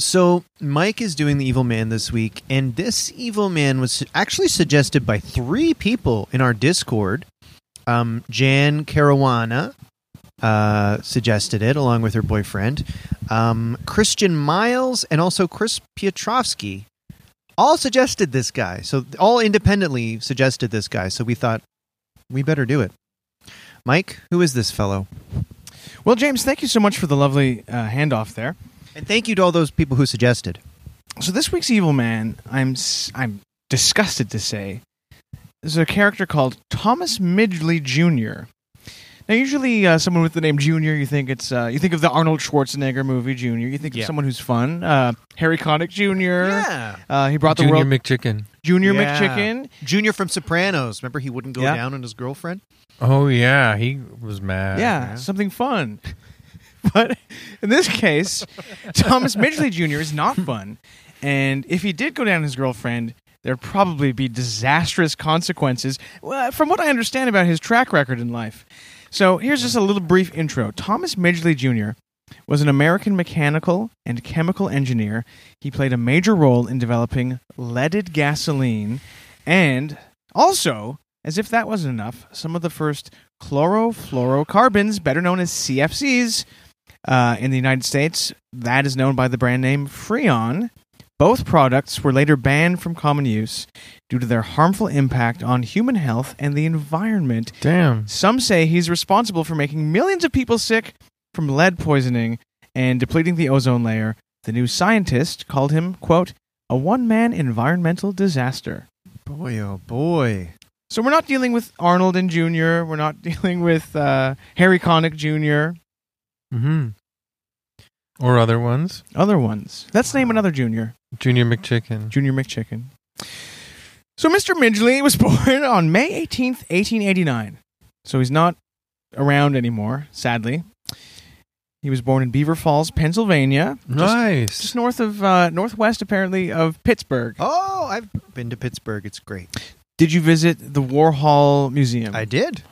S2: So Mike is doing the evil man this week, and this evil man was actually suggested by three people in our Discord. Um, Jan Caruana uh, suggested it along with her boyfriend, um, Christian Miles, and also Chris Piotrowski. All suggested this guy. So all independently suggested this guy. So we thought we better do it. Mike, who is this fellow?
S3: Well, James, thank you so much for the lovely uh, handoff there.
S2: And thank you to all those people who suggested.
S3: So this week's evil man, I'm s- I'm disgusted to say, is a character called Thomas Midgley Jr. Now, usually, uh, someone with the name Jr. You think it's uh, you think of the Arnold Schwarzenegger movie Jr. You think
S2: Yeah.
S3: of someone who's fun, uh, Harry Connick Jr. Uh, he brought the
S1: Junior
S3: world
S1: McChicken.
S3: Junior
S2: Yeah.
S3: McChicken.
S2: Junior from Sopranos. Remember, he wouldn't go
S3: Yeah.
S2: down on his girlfriend.
S1: Oh yeah, he was mad.
S3: yeah, something fun. but in this case, Thomas Midgley Jr. is not fun. And if he did go down on his girlfriend, there'd probably be disastrous consequences, well, from what I understand about his track record in life. So here's just a little brief intro. Thomas Midgley Jr. was an American mechanical and chemical engineer. He played a major role in developing leaded gasoline and also, as if that wasn't enough, some of the first chlorofluorocarbons, better known as CFCs, uh, in the United States. That is known by the brand name Freon. Both products were later banned from common use due to their harmful impact on human health and the environment.
S1: Damn.
S3: Some say he's responsible for making millions of people sick from lead poisoning and depleting the ozone layer. The new scientist called him, quote, a one man environmental disaster.
S2: Boy, oh boy.
S3: So we're not dealing with Arnold and Jr. We're not dealing with uh, Harry Connick Jr.
S1: Hmm. Or other ones.
S3: Other ones. Let's name another Jr.
S1: Junior McChicken.
S3: Junior McChicken. So Mr. Midgley was born on May 18th, 1889. So he's not around anymore, sadly. He was born in Beaver Falls, Pennsylvania,
S1: nice.
S3: just north of uh, northwest apparently of Pittsburgh.
S2: Oh, I've been to Pittsburgh. It's great.
S3: Did you visit the Warhol Museum?
S2: I did.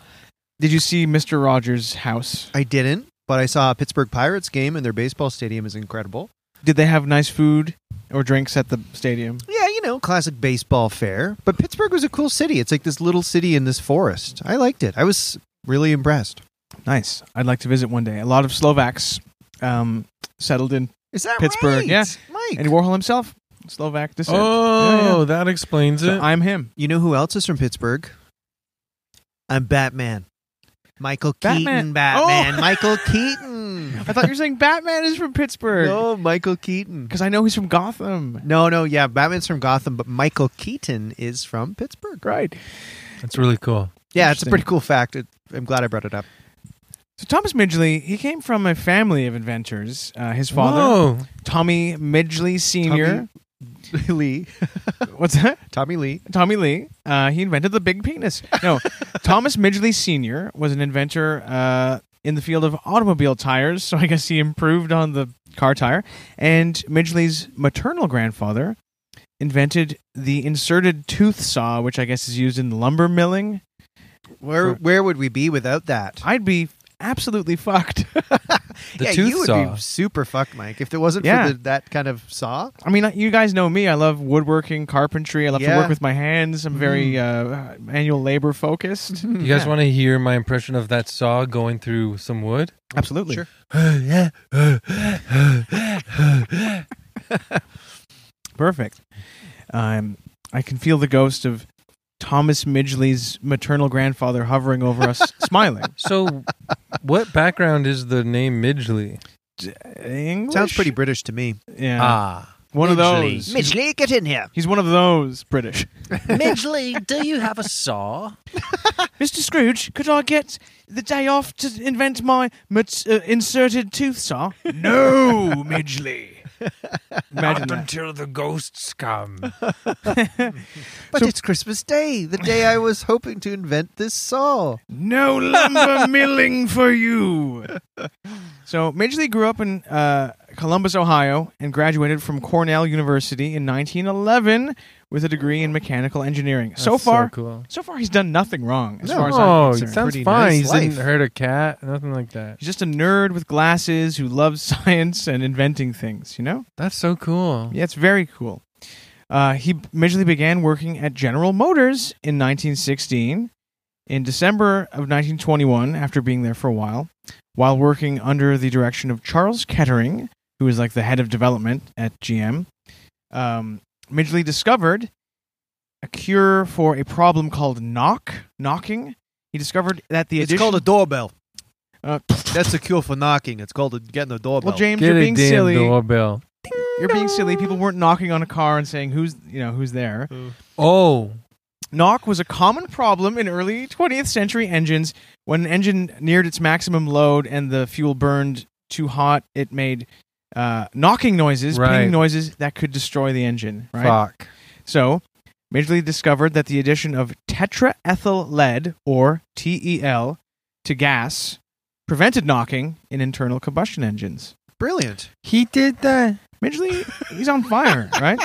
S3: Did you see Mr. Rogers' house?
S2: I didn't, but I saw a Pittsburgh Pirates game, and their baseball stadium is incredible.
S3: Did they have nice food or drinks at the stadium?
S2: Yeah, you know, classic baseball fair. But Pittsburgh was a cool city. It's like this little city in this forest. I liked it. I was really impressed.
S3: Nice. I'd like to visit one day. A lot of Slovaks um, settled in,
S2: Is that
S3: Pittsburgh,
S2: Right?
S3: yeah.
S2: Mike.
S3: and Warhol himself, Slovak descent.
S1: Oh, that explains
S3: So
S1: it.
S3: I'm him.
S2: you know who else is from Pittsburgh? I'm Batman. Michael
S3: Batman.
S2: Keaton. Batman.
S3: Oh.
S2: Michael Keaton.
S3: I thought you were saying Batman is from Pittsburgh
S2: No, Michael Keaton.
S3: because I know he's from Gotham.
S2: No, no, yeah, Batman's from Gotham, but Michael Keaton is from Pittsburgh.
S3: Right.
S1: That's really cool.
S2: Yeah, it's a
S3: Interesting.
S2: pretty cool fact. It, I'm glad I brought it up.
S3: So Thomas Midgley, he came from a family of inventors. Uh, his father,
S1: Whoa.
S3: Tommy Midgley Sr.
S2: Tommy Lee,
S3: What's that?
S2: Tommy Lee.
S3: Tommy Lee. Uh, he invented the big penis. No, Thomas Midgley Sr. was an inventor uh, in the field of automobile tires, so I guess he improved on the car tire. And Midgley's maternal grandfather invented the inserted tooth saw, which I guess is used in lumber milling.
S2: Where
S3: For-
S2: where would we be without that?
S3: I'd be absolutely fucked.
S1: The
S2: yeah,
S1: tooth
S2: you would
S1: saw.
S2: be super fucked, Mike, if there wasn't
S3: Yeah.
S2: for the, that kind of saw.
S3: I mean, you guys know me. I love woodworking, carpentry. I love to
S2: Yeah. Mm.
S3: work with my hands. I'm very uh, manual labor focused.
S2: Mm-hmm.
S1: You guys want to hear my impression of that saw going through some wood?
S3: Absolutely.
S2: Sure.
S1: yeah.
S3: Perfect. Um, I can feel the ghost of Thomas Midgley's maternal grandfather hovering over us, smiling.
S1: So, what background is the name Midgley?
S3: English?
S2: Sounds pretty British to me.
S3: Yeah,
S1: Ah,
S3: one of
S1: Midgley.
S3: those.
S2: Midgley, get in here.
S3: He's one of those British.
S1: Midgley. Do you have a saw?
S3: Mr. Scrooge, could I get the day off to invent my mat- uh, inserted tooth saw?
S1: No, Midgley.
S3: Imagine that.
S1: until the ghosts come.
S2: But
S3: So-
S2: it's Christmas Day, the day I was hoping to invent this saw.
S3: No lumber milling for you. So, Midgley grew up in uh, Columbus, Ohio, and graduated from Cornell University in 1911 with a degree in mechanical engineering. so
S1: That's
S3: far, so,
S1: cool.
S3: far, he's done nothing wrong as
S2: No.
S3: far as
S1: Oh,
S3: I'm
S1: it
S3: concerned.
S1: sounds
S2: Pretty
S1: fine.
S2: nice
S1: He didn't
S2: life.
S1: hurt a cat, nothing like that.
S3: He's just a nerd with glasses who loves science and inventing things. You know.
S1: That's so cool.
S3: Yeah, it's very cool. Uh, he majorly began working at General Motors in 1916. In December of 1921, after being there for a while, while working under the direction of Charles Kettering, who was like the head of development at GM, um, Midgley discovered a cure for a problem called knock knocking. He discovered that the addition,
S2: doorbell.
S3: Uh,
S2: That's a cure for knocking. It's called a, getting a doorbell.
S3: well, James,
S1: Get
S3: you're
S1: a
S3: being
S1: damn
S3: silly.
S1: doorbell.
S3: You're being silly. People weren't knocking on a car and saying who's you know who's there.
S1: Oh,
S3: Knock was a common problem in early 20th century engines. When an engine neared its maximum load and the fuel burned too hot, it made uh, knocking noises,
S1: Right.
S3: pinging noises that could destroy the engine. Right.
S1: fuck.
S3: So, Midgley discovered that the addition of tetraethyl lead, or TEL, to gas prevented knocking in internal combustion engines.
S2: Brilliant.
S1: He did that.
S3: Midgley, he's on fire, right?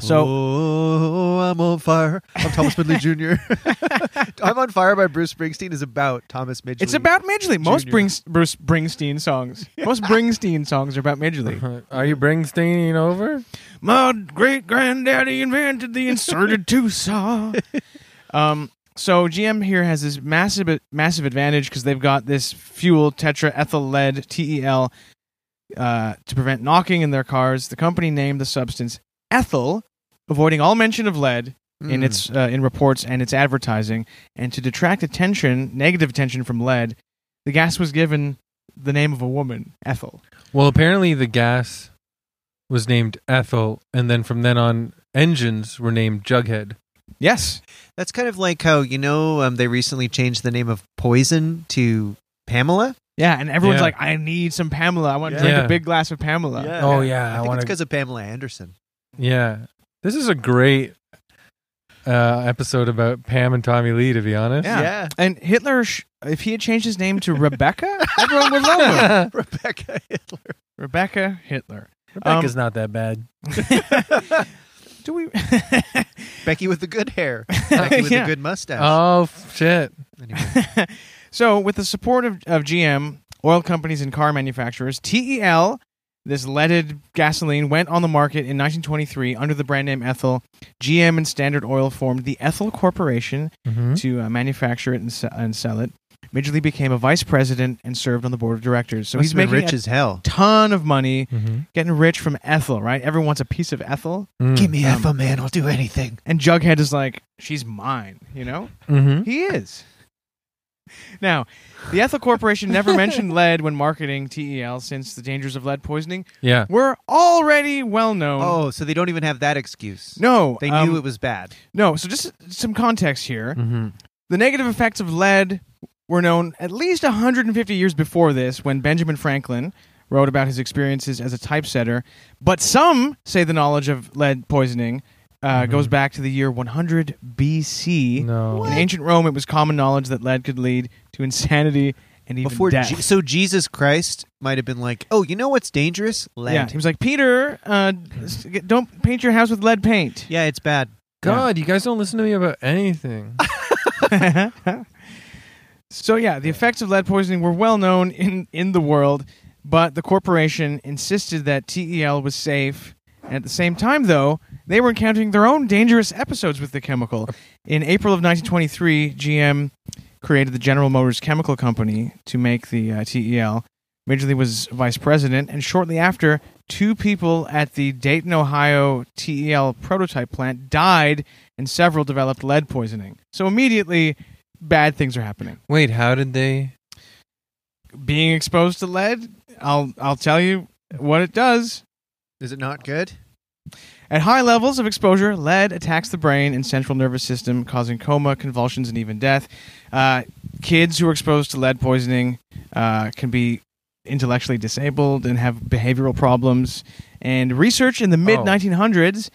S3: So,
S2: oh, I'm on fire. I'm Thomas Midley Jr. I'm on fire by Bruce Springsteen is about Thomas Midley.
S3: It's about Midgley. Most
S2: Junior.
S3: Brings, Bruce Springsteen songs. Most Springsteen songs are about Midgley.
S1: Are you Bringstein over?
S3: My great granddaddy invented the inserted tooth saw. um, so GM here has this massive massive advantage because they've got this fuel tetraethyl lead TEL uh, to prevent knocking in their cars. The company named the substance ethyl, avoiding all mention of lead in
S2: Mm.
S3: its uh, in reports and its advertising, and to detract attention, negative attention from lead, the gas was given the name of a woman, Ethel.
S1: Well, apparently the gas was named Ethel, and then from then on, engines were named Jughead.
S3: Yes,
S2: That's kind of like how you know um, they recently changed the name of Poison to Pamela.
S3: yeah, and everyone's
S1: Yeah.
S3: like, "I need some Pamela. I want to
S1: Yeah.
S3: drink
S1: Yeah.
S3: a big glass of Pamela."
S2: Yeah.
S1: Oh yeah,
S2: I,
S1: I,
S2: think
S1: want
S2: it's
S1: to.
S2: because of Pamela Anderson.
S1: Yeah, this is a great uh, episode about Pam and Tommy Lee. To be honest,
S3: Yeah. And Hitler, sh- if he had changed his name to Rebecca, everyone would love him.
S2: Rebecca Hitler.
S3: Rebecca Hitler.
S1: Rebecca's not that bad.
S3: Do we?
S2: Becky with the good hair. Becky with
S3: Yeah.
S2: the good mustache.
S1: Oh f- shit!
S2: anyway.
S3: so, with the support of, of GM, oil companies, and car manufacturers, TEL, this leaded gasoline, went on the market in 1923 under the brand name Ethyl. GM and Standard Oil formed the Ethyl Corporation
S1: Hmm?
S3: to uh, manufacture it and, se- and sell it. Midgley became a vice president and served on the board of directors. So
S2: Must
S3: he's
S2: have been
S3: making
S2: rich
S3: a
S2: as hell.
S3: ton of money,
S1: Mhm.
S3: getting rich from Ethyl, right? Everyone wants a piece of Ethyl.
S1: Mm.
S2: me
S3: Um,
S2: Alpha Man. I'll do anything.
S3: And Jughead is like, she's mine, you know?
S1: Mhm.
S3: He is. Now, the Ethyl Corporation never mentioned lead when marketing TEL since the dangers of lead poisoning
S1: Yeah.
S3: were already well known.
S2: Oh, so they don't even have that excuse.
S3: no.
S2: They
S3: um,
S2: knew it was bad.
S3: No, so just some context here.
S1: Mm-hmm.
S3: The negative effects of lead were known at least 150 years before this when Benjamin Franklin wrote about his experiences as a typesetter. But some say the knowledge of lead poisoning uh, goes
S2: Mm-hmm.
S3: back to the year 100 BC.
S1: No.
S3: In ancient Rome, it was common knowledge that lead could lead to insanity and even
S2: Before
S3: death.
S2: Je- so Jesus Christ might have been like, "Oh, you know what's dangerous? Lead.
S3: Yeah, he was like, Peter, uh, s- g- don't paint your house with lead paint.
S2: Yeah, it's bad.
S1: God, you guys don't listen to me about anything.
S3: Ah. so yeah, the effects of lead poisoning were well known in in the world, but the corporation insisted that TEL was safe. At the same time, though, they were encountering their own dangerous episodes with the chemical. In April of 1923, GM created the General Motors Chemical Company to make the uh, TEL. Majorly was vice president, and shortly after, two people at the Dayton, Ohio TEL prototype plant died, and several developed lead poisoning. So immediately, bad things are happening.
S1: Wait, how did they?
S3: Being exposed to lead, I'll I'll tell you what it does.
S2: Is it not good?
S3: At high levels of exposure, lead attacks the brain and central nervous system, causing coma, convulsions, and even death. Uh, kids who are exposed to lead poisoning uh, can be intellectually disabled and have behavioral problems. And research in the mid 1900s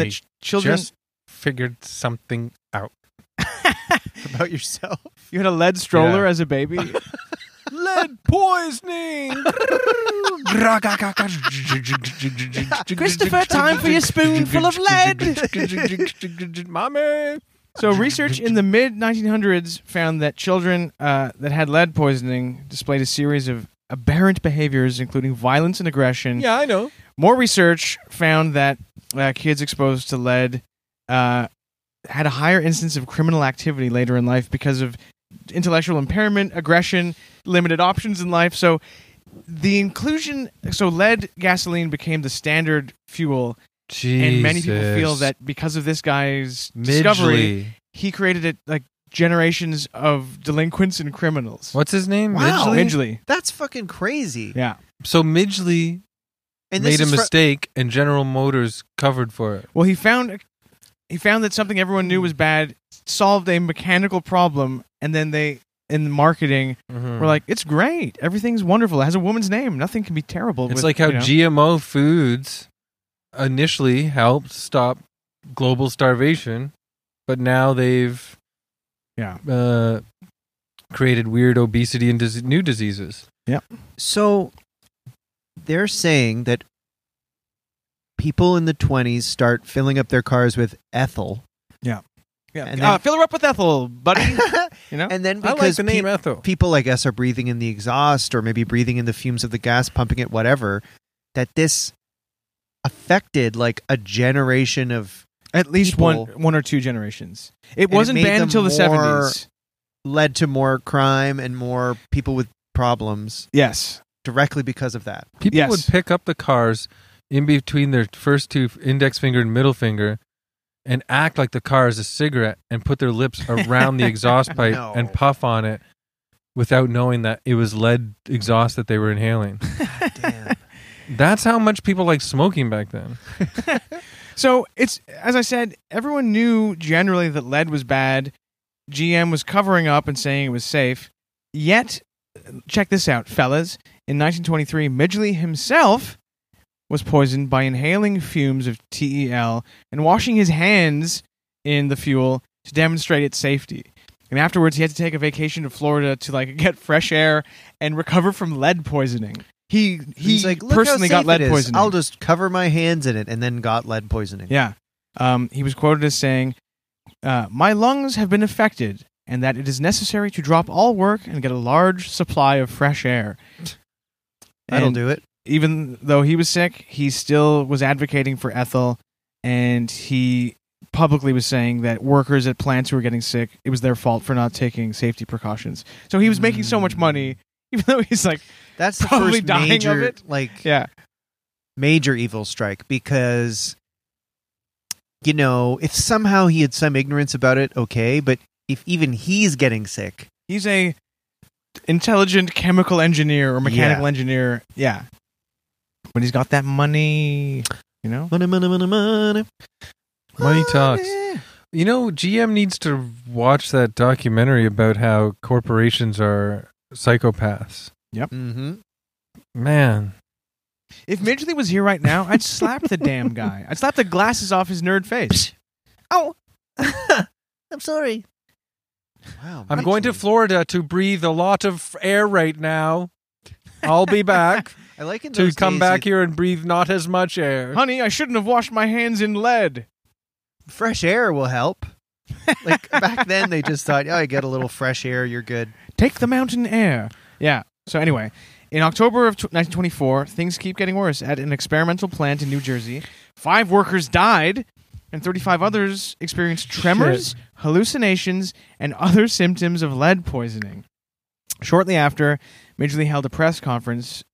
S1: Oh. I
S3: that ch- children.
S1: Just figured something out.
S2: About yourself?
S3: you had a lead stroller
S1: Yeah.
S3: as a baby?
S1: Lead poisoning.
S3: Christopher, time for your spoonful of lead.
S1: Mommy.
S3: So, research in the mid 1900s found that children uh, that had lead poisoning displayed a series of aberrant behaviors, including violence and aggression.
S1: Yeah, I know.
S3: More research found that uh, kids exposed to lead uh, had a higher instance of criminal activity later in life because of intellectual impairment, aggression, limited options in life. So, the inclusion, so lead gasoline became the standard fuel,
S1: Jesus.
S3: and many people feel that because of this guy's discovery,
S1: Midgley.
S3: he created it like generations of delinquents and criminals.
S1: What's his name?
S2: Wow.
S1: Midgley?
S3: Midgley.
S2: That's fucking crazy.
S3: Yeah.
S1: So Midgley
S2: And this
S1: made a
S2: is fro-
S1: mistake, and General Motors covered for it.
S3: Well, he found he found that something everyone knew was bad solved a mechanical problem, and then they in marketing
S1: Hmm.
S3: were like, "It's great, everything's wonderful. It has a woman's name. Nothing can be terrible."
S1: it's
S3: with,
S1: like how
S3: you know."
S1: GMO foods initially helped stop global starvation, but now they've
S3: Yeah.
S1: uh, created weird obesity and dis- new diseases.
S2: so they're saying that people in the 20s start filling up their cars with ethyl.
S3: yeah.
S2: and
S3: uh,
S2: then-
S3: fill her up with ethyl, buddy. You know,
S2: and then
S1: I
S2: because
S1: like
S2: pe-
S1: the name Ethel.
S2: people like us are breathing in the exhaust or maybe breathing in the fumes of the gas pumping it whatever that this affected like a generation of
S3: at least
S2: people-
S3: one one or two generations. It
S2: And it
S3: wasn't
S2: made
S3: banned
S2: them
S3: until the
S2: more-
S3: seventies.
S2: led to more crime and more people with problems
S3: Yes,
S2: directly because of that
S1: People
S3: Yes.
S1: would pick up the cars in between their first two index finger and middle finger and act like the car is a cigarette and put their lips around the exhaust pipe
S2: No.
S1: and puff on it without knowing that it was lead exhaust that they were inhaling.
S2: damn
S1: That's how much people liked smoking back then.
S3: So it's as I said, everyone knew generally that lead was bad. GM was covering up and saying it was safe. Yet, check this out, fellas. In 1923, Midgley himself was poisoned by inhaling fumes of TEL and washing his hands in the fuel to demonstrate its safety. And afterwards, he had to take a vacation to Florida to like get fresh air and recover from lead poisoning. He he
S2: he's like "Look how
S3: personally got
S2: safe
S3: lead
S2: it is.
S3: poisoning.
S2: i'll just cover my hands in it and then got lead poisoning
S3: Yeah. Um, he was quoted as saying, uh, My lungs have been affected, and that it is necessary to drop all work and get a large supply of fresh air.
S2: that'll
S3: And
S2: do it
S3: Even though he was sick, he still was advocating for ethyl, and he publicly was saying that workers at plants who were getting sick, it was their fault for not taking safety precautions. So he was making so much
S2: Mm.
S3: money, even though he's like,
S2: that's the
S3: Probably
S2: first
S3: dying of
S2: major
S3: it.
S2: like
S3: Yeah.
S2: major evil strike because you know if somehow he had some ignorance about it okay but if even he's getting sick
S3: He's a intelligent chemical engineer or mechanical
S2: Yeah.
S3: engineer. Yeah. But he's got that money, you know?
S2: money money money money
S1: Money talks. You know, GM needs to watch that documentary about how corporations are psychopaths.
S2: mm-hmm.
S1: Man,
S3: If Midgley was here right now, I'd slap the damn guy. I'd slap the glasses off his nerd face.
S2: i'm sorry wow
S1: I'm going to
S2: Mitchell.
S1: Florida to breathe a lot of air right now. I'll be back
S2: i like in
S1: to
S2: those
S1: come
S2: days
S1: back
S2: you-
S1: here and breathe not as much air.
S3: Honey, I shouldn't have washed my hands in lead.
S2: fresh air will help like back then they just thought oh you get a little fresh air you're good
S3: Take the mountain air. Yeah. So anyway, in October of tw 1924, things keep getting worse. At an experimental plant in New Jersey, five workers died, and 35 others experienced tremors, hallucinations, and other symptoms of lead poisoning. Shortly after, Major Lee held a press conference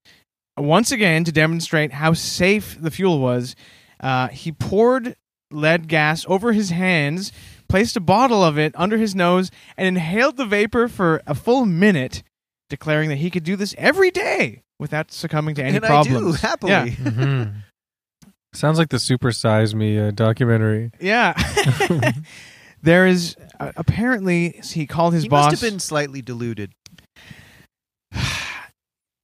S3: uh, once again to demonstrate how safe the fuel was. Uh, he poured lead gas over his hands, placed a bottle of it under his nose, and inhaled the vapor for a full minute, declaring that he could do this every day without succumbing to any
S2: and I do
S3: problems.
S2: happily.
S3: Yeah.
S1: Mhm. Sounds like the Super Size Me uh, documentary.
S3: Yeah. there is uh, apparently he called his
S2: he
S3: boss.
S2: must have been slightly deluded.
S3: I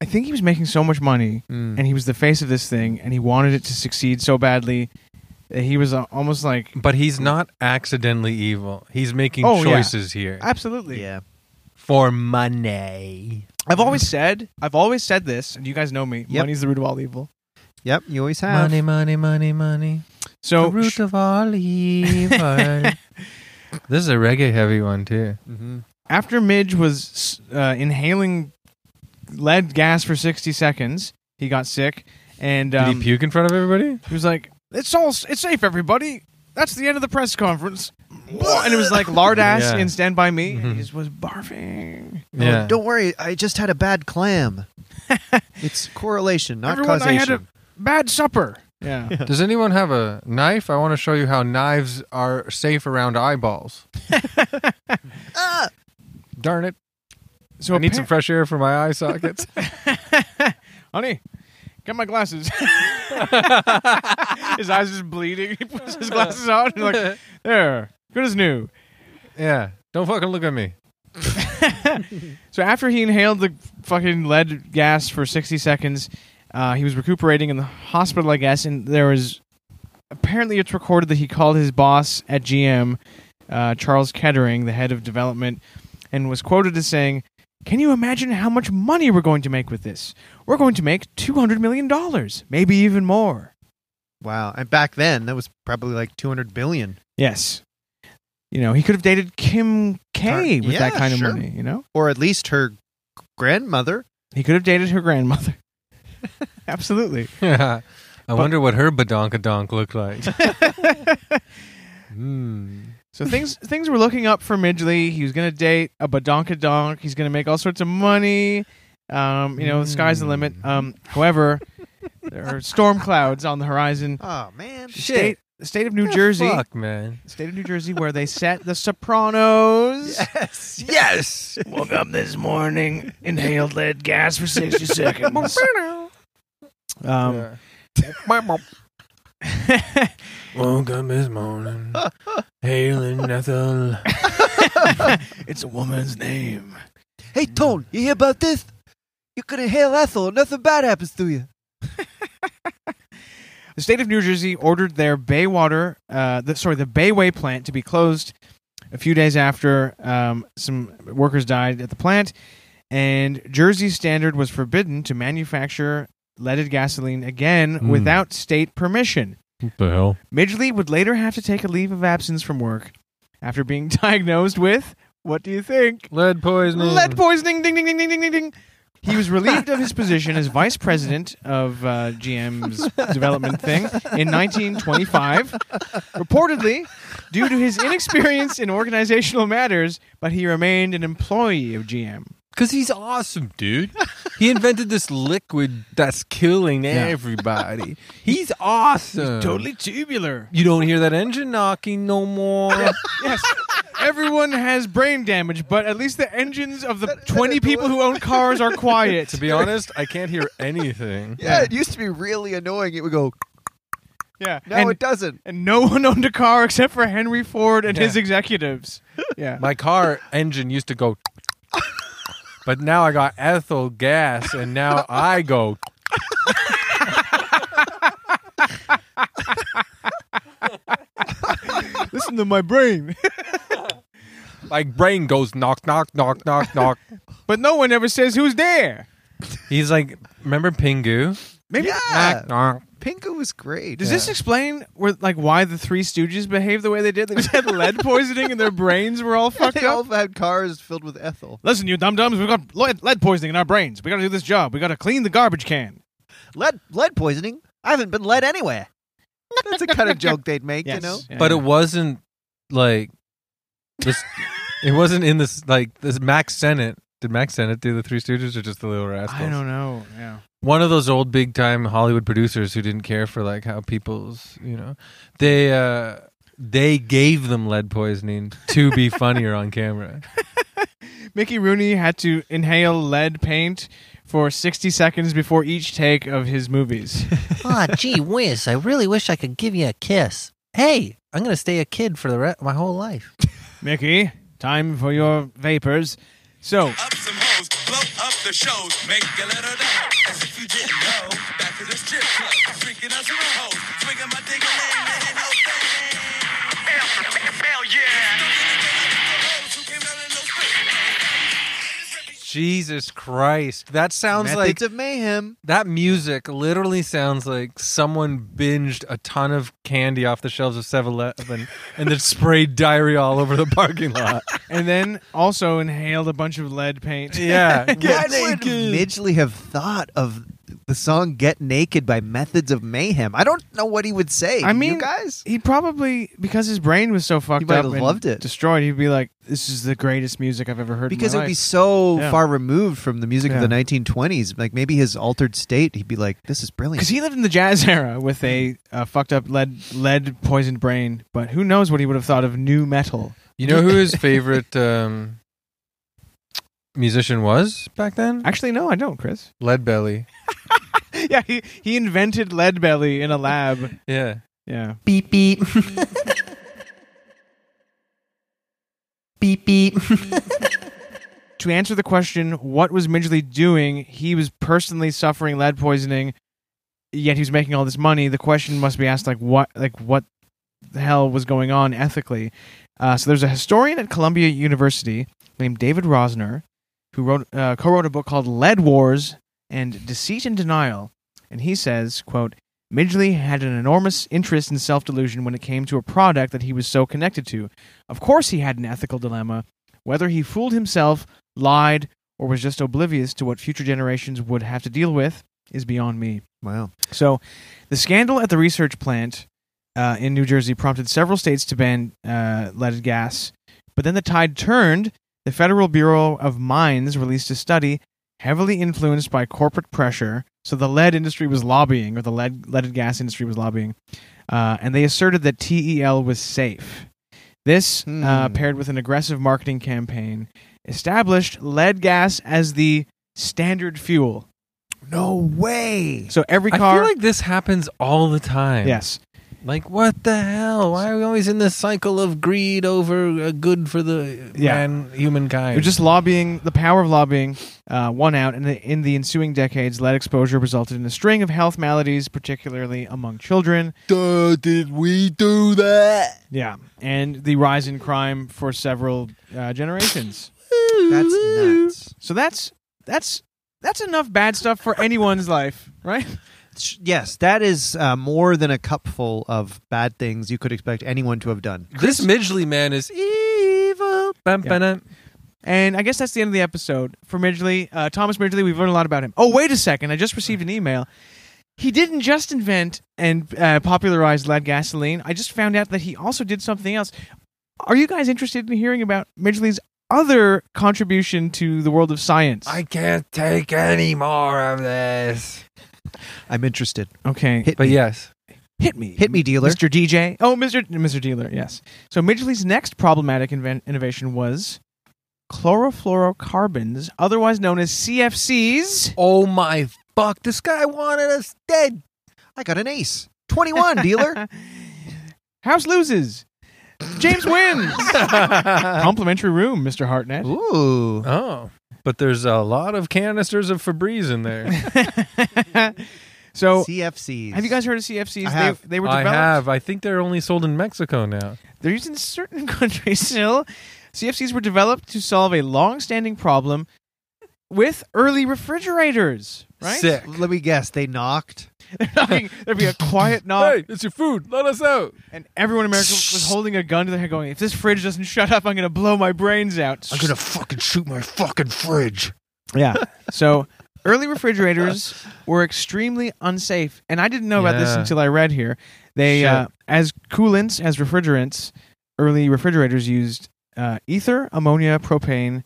S3: think he was making so much money
S1: Mm.
S3: and he was the face of this thing and he wanted it to succeed so badly that he was uh, almost like
S1: But he's not accidentally evil. He's making
S3: Oh, yeah.
S1: choices here
S3: absolutely.
S2: yeah,
S1: for money.
S3: I've always said, I've always said this, and you guys know me.
S2: Yep.
S3: Money's the root of all evil.
S2: yep. You always have.
S1: Money, money, money, money.
S3: So
S1: the root of all evil. this is a reggae heavy one too.
S2: hmm
S3: after Midge was uh, inhaling lead gas for 60 seconds, he got sick and
S1: Did
S3: um,
S1: he puke in front of everybody?
S3: he was like, "It's all, it's safe, everybody. That's the end of the press conference." and it was like lard ass
S1: Yeah.
S3: in Stand By Me. And
S1: Mhm.
S3: he just was barfing.
S1: Yeah.
S2: don't worry. I just had a bad clam. it's correlation, not
S3: Everyone, I
S2: causation.
S3: had a bad supper. Yeah.
S1: Does anyone have a knife? I want to show you how knives are safe around eyeballs.
S2: Ah!
S1: Darn it!
S3: So
S1: I need some
S3: appar-
S1: fresh air for my eye sockets.
S3: honey. Get my glasses. his eyes just bleeding. He puts his glasses on and like, there, good as new.
S1: yeah. Don't fucking look at me.
S3: So after he inhaled the fucking lead gas for 60 seconds, uh, he was recuperating in the hospital, I guess, and there was apparently it's recorded that he called his boss at GM, uh, Charles Kettering, the head of development, and was quoted as saying, "Can you imagine how much money we're going to make with this? We're going to make 200 million dollars, maybe even more."
S2: Wow. And back then, that was probably like 200 billion
S3: Yes. You know, he could have dated Kim
S2: Tar-
S3: K with that
S2: yeah,
S3: kind of
S2: sure.
S3: money, you know?
S2: or at least her grandmother.
S3: He could have dated her grandmother. Absolutely.
S1: I wonder what her badonkadonk looked like. Hmm.
S3: So things things were looking up for Midgley. He was going to date a badonkadonk. He's going to make all sorts of money. Um, you know, the sky's the limit. Um, however, there are storm clouds on the horizon.
S2: Oh, man.
S1: Shit.
S3: State, the state of New Jersey,
S1: Fuck, man.
S3: the state of New Jersey, where they set The Sopranos.
S2: Yes.
S1: Yes.
S3: Woke up this morning, inhaled lead gas for sixty seconds. um,
S1: Woke up this morning, hailing nothing.
S3: it's a woman's name.
S2: Hey, Tone, you hear about this? You could inhale Ethel. Nothing bad happens to you.
S3: The state of New Jersey ordered their Baywater, uh, the, sorry, the Bayway plant to be closed a few days after um, some workers died at the plant, and Jersey Standard was forbidden to manufacture leaded gasoline again
S1: Hmm.
S3: without state permission.
S1: What the hell?
S3: Midgley would later have to take a leave of absence from work after being diagnosed with what do you think?
S1: Lead poisoning.
S3: Lead poisoning. Ding ding ding ding ding ding ding. He was relieved of his position as vice president of uh, GM's development thing in 1925, reportedly due to his inexperience in organizational matters. But he remained an employee of GM.
S1: Because he's awesome, dude. He invented this liquid that's killing everybody. He's awesome.
S2: Uh.
S3: tubular.
S1: You don't hear that engine knocking no more.
S3: Yes. Everyone has brain damage, but at least the engines of the 20 people who own cars are quiet.
S1: to be honest, I can't hear anything.
S2: Yeah, it used to be really annoying. It would go,
S3: Yeah.
S2: no,
S3: and,
S2: it doesn't.
S3: and no one owned a car except for Henry Ford and
S1: Yeah.
S3: his executives. Yeah.
S1: My car engine used to go, but now I got ethyl gas, and now I go.
S3: Listen to my brain.
S1: My brain goes knock, knock, knock, knock, knock.
S3: but no one ever says who's there.
S1: He's like, remember Pingu?
S3: Maybe
S2: Yeah.
S1: Knock.
S2: Pingu was great.
S3: does this explain where, like why the Three Stooges behaved the way they did? They just had lead poisoning and their brains were all fucked
S2: They all
S3: up.
S2: had cars filled with Ethel.
S3: Listen, you dum dums, we've got lead, lead poisoning in our brains. We got to do this job. We got to clean the garbage can.
S2: Lead, lead poisoning? I haven't been led anywhere. That's a kind of joke they'd make, you know?
S1: But it wasn't like this. it wasn't in this like this Max Senate Did Max Sennett do the Three Stooges or just the Little Rascals?
S3: I don't know. Yeah.
S1: One of those old big time Hollywood producers who didn't care for like how people's you know they uh they gave them lead poisoning to be funnier on camera.
S3: Mickey Rooney had to inhale lead paint for 60 seconds before each take of his movies.
S5: Aw, gee whiz, I really wish I could give you a kiss. Hey, I'm going to stay a kid for the re- my whole life.
S3: Mickey, time for your vapors. So,
S6: up some hoes, blow up the shows, make a little dough. As if you didn't know, back to the strip club, freaking out some hoes, swinging my dick and laying it in those things. Hell yeah!
S1: Jesus Christ, that sounds
S2: Methods
S1: like
S2: of mayhem.
S1: that music literally sounds like someone binged a ton of candy off the shelves of 7-Eleven and then sprayed diarrhea all over the parking lot.
S3: and then also inhaled a bunch of lead paint.
S1: Yeah,
S2: What would Midgley have thought of the song "Get Naked" by Methods of Mayhem? I don't know what he would say.
S3: I mean,
S2: you guys,
S3: He probably, because his brain was so fucked
S2: might
S3: up,
S2: have
S3: and
S2: loved it.
S3: Destroyed. He'd be like, "This is the greatest music I've ever heard."
S2: because it
S3: in my
S2: would be
S3: life."
S2: so
S3: Yeah.
S2: far removed from the music
S3: Yeah.
S2: of the 1920s. Like maybe his altered state, he'd be like, "This is brilliant."
S3: because he lived in the jazz era with a uh, fucked up lead lead poisoned brain. But who knows what he would have thought of new metal?
S1: You know who his favorite um, musician was back then?
S3: Actually, no, I don't, Chris.
S1: Leadbelly.
S3: yeah, he, he invented lead belly in a lab.
S1: Yeah.
S3: Yeah.
S5: Beep, beep. beep, beep.
S3: To answer the question, what was Midgley doing? He was personally suffering lead poisoning, yet he was making all this money. The question must be asked, like what, like what the hell was going on ethically? Uh, so there's a historian at Columbia University named David Rosner, who wrote uh, co-wrote a book called Lead Wars and Deceit and Denial, and he says, quote. Midgley had an enormous interest in self delusion when it came to a product that he was so connected to. Of course, he had an ethical dilemma whether he fooled himself, lied, or was just oblivious to what future generations would have to deal with is beyond me.
S2: wow.
S3: So, the scandal at the research plant uh, in New Jersey prompted several states to ban uh, leaded gas. But then the tide turned. The Federal Bureau of Mines released a study heavily influenced by corporate pressure. So, the lead industry was lobbying, or the lead, leaded gas industry was lobbying. Uh, and they asserted that TEL was safe. This, uh,
S2: Hmm.
S3: paired with an aggressive marketing campaign, established lead gas as the standard fuel.
S2: No way.
S3: So, every
S1: I
S3: car.
S1: feel like this happens all the time.
S3: yes.
S1: Like, what the hell? Why are we always in this cycle of greed over uh, good for the
S3: Yeah.
S1: man, humankind?
S3: They're just lobbying, the power of lobbying, uh, one out, and in the ensuing decades, lead exposure resulted in a string of health maladies, particularly among children.
S2: Duh, did we do that?
S3: Yeah. And the rise in crime for several uh, generations.
S2: That's nuts.
S3: So that's that's that's enough bad stuff for anyone's life, right?
S2: Sh- Yes, that is uh, more than a cupful of bad things you could expect anyone to have done.
S1: this Midgley man is evil. Bum,
S3: Yeah.
S1: bum, bum.
S3: And I guess that's the end of the episode for Midgley. Uh, Thomas Midgley, we've learned a lot about him. Oh, wait a second. I just received an email. He didn't just invent and uh, popularize lead gasoline. I just found out that he also did something else. Are you guys interested in hearing about Midgley's other contribution to the world of science?
S1: I can't take any more of this.
S2: I'm interested.
S3: okay.
S2: Hit
S1: But
S2: me.
S1: yes,
S3: hit me.
S2: Hit me, dealer.
S3: Mr. DJ. Oh, Mr. Mr. Dealer. Yes. So Midgley's next problematic inven- innovation was chlorofluorocarbons, otherwise known as CFCs.
S1: oh my fuck, this guy wanted us dead.
S2: I got an ace. 21, dealer.
S3: House loses. James wins. Complimentary room, Mr. Hartnett.
S2: Ooh.
S1: Oh, but there's a lot of canisters of Febreze in there.
S3: so,
S2: CFCs.
S3: have you guys heard of CFCs?
S2: I have.
S3: They, they were
S1: I
S3: developed.
S1: have. I think they're only sold in Mexico now.
S3: They're used in certain countries still. CFCs were developed to solve a long-standing problem with early refrigerators. Right?
S1: Sick.
S2: Let me guess. They knocked.
S3: Knocking- There'd be a quiet knock,
S1: Hey, it's your food. Let us out.
S3: and everyone in America was holding a gun to their head, going, "If this fridge doesn't shut up, I'm going to blow my brains out."
S2: fucking shoot my fucking fridge.
S3: Yeah. So early refrigerators were extremely unsafe, and I didn't know about this
S1: Yeah.
S3: until I read here. They
S1: Shit.
S3: uh, as coolants as refrigerants. Early refrigerators used uh, ether, ammonia, propane,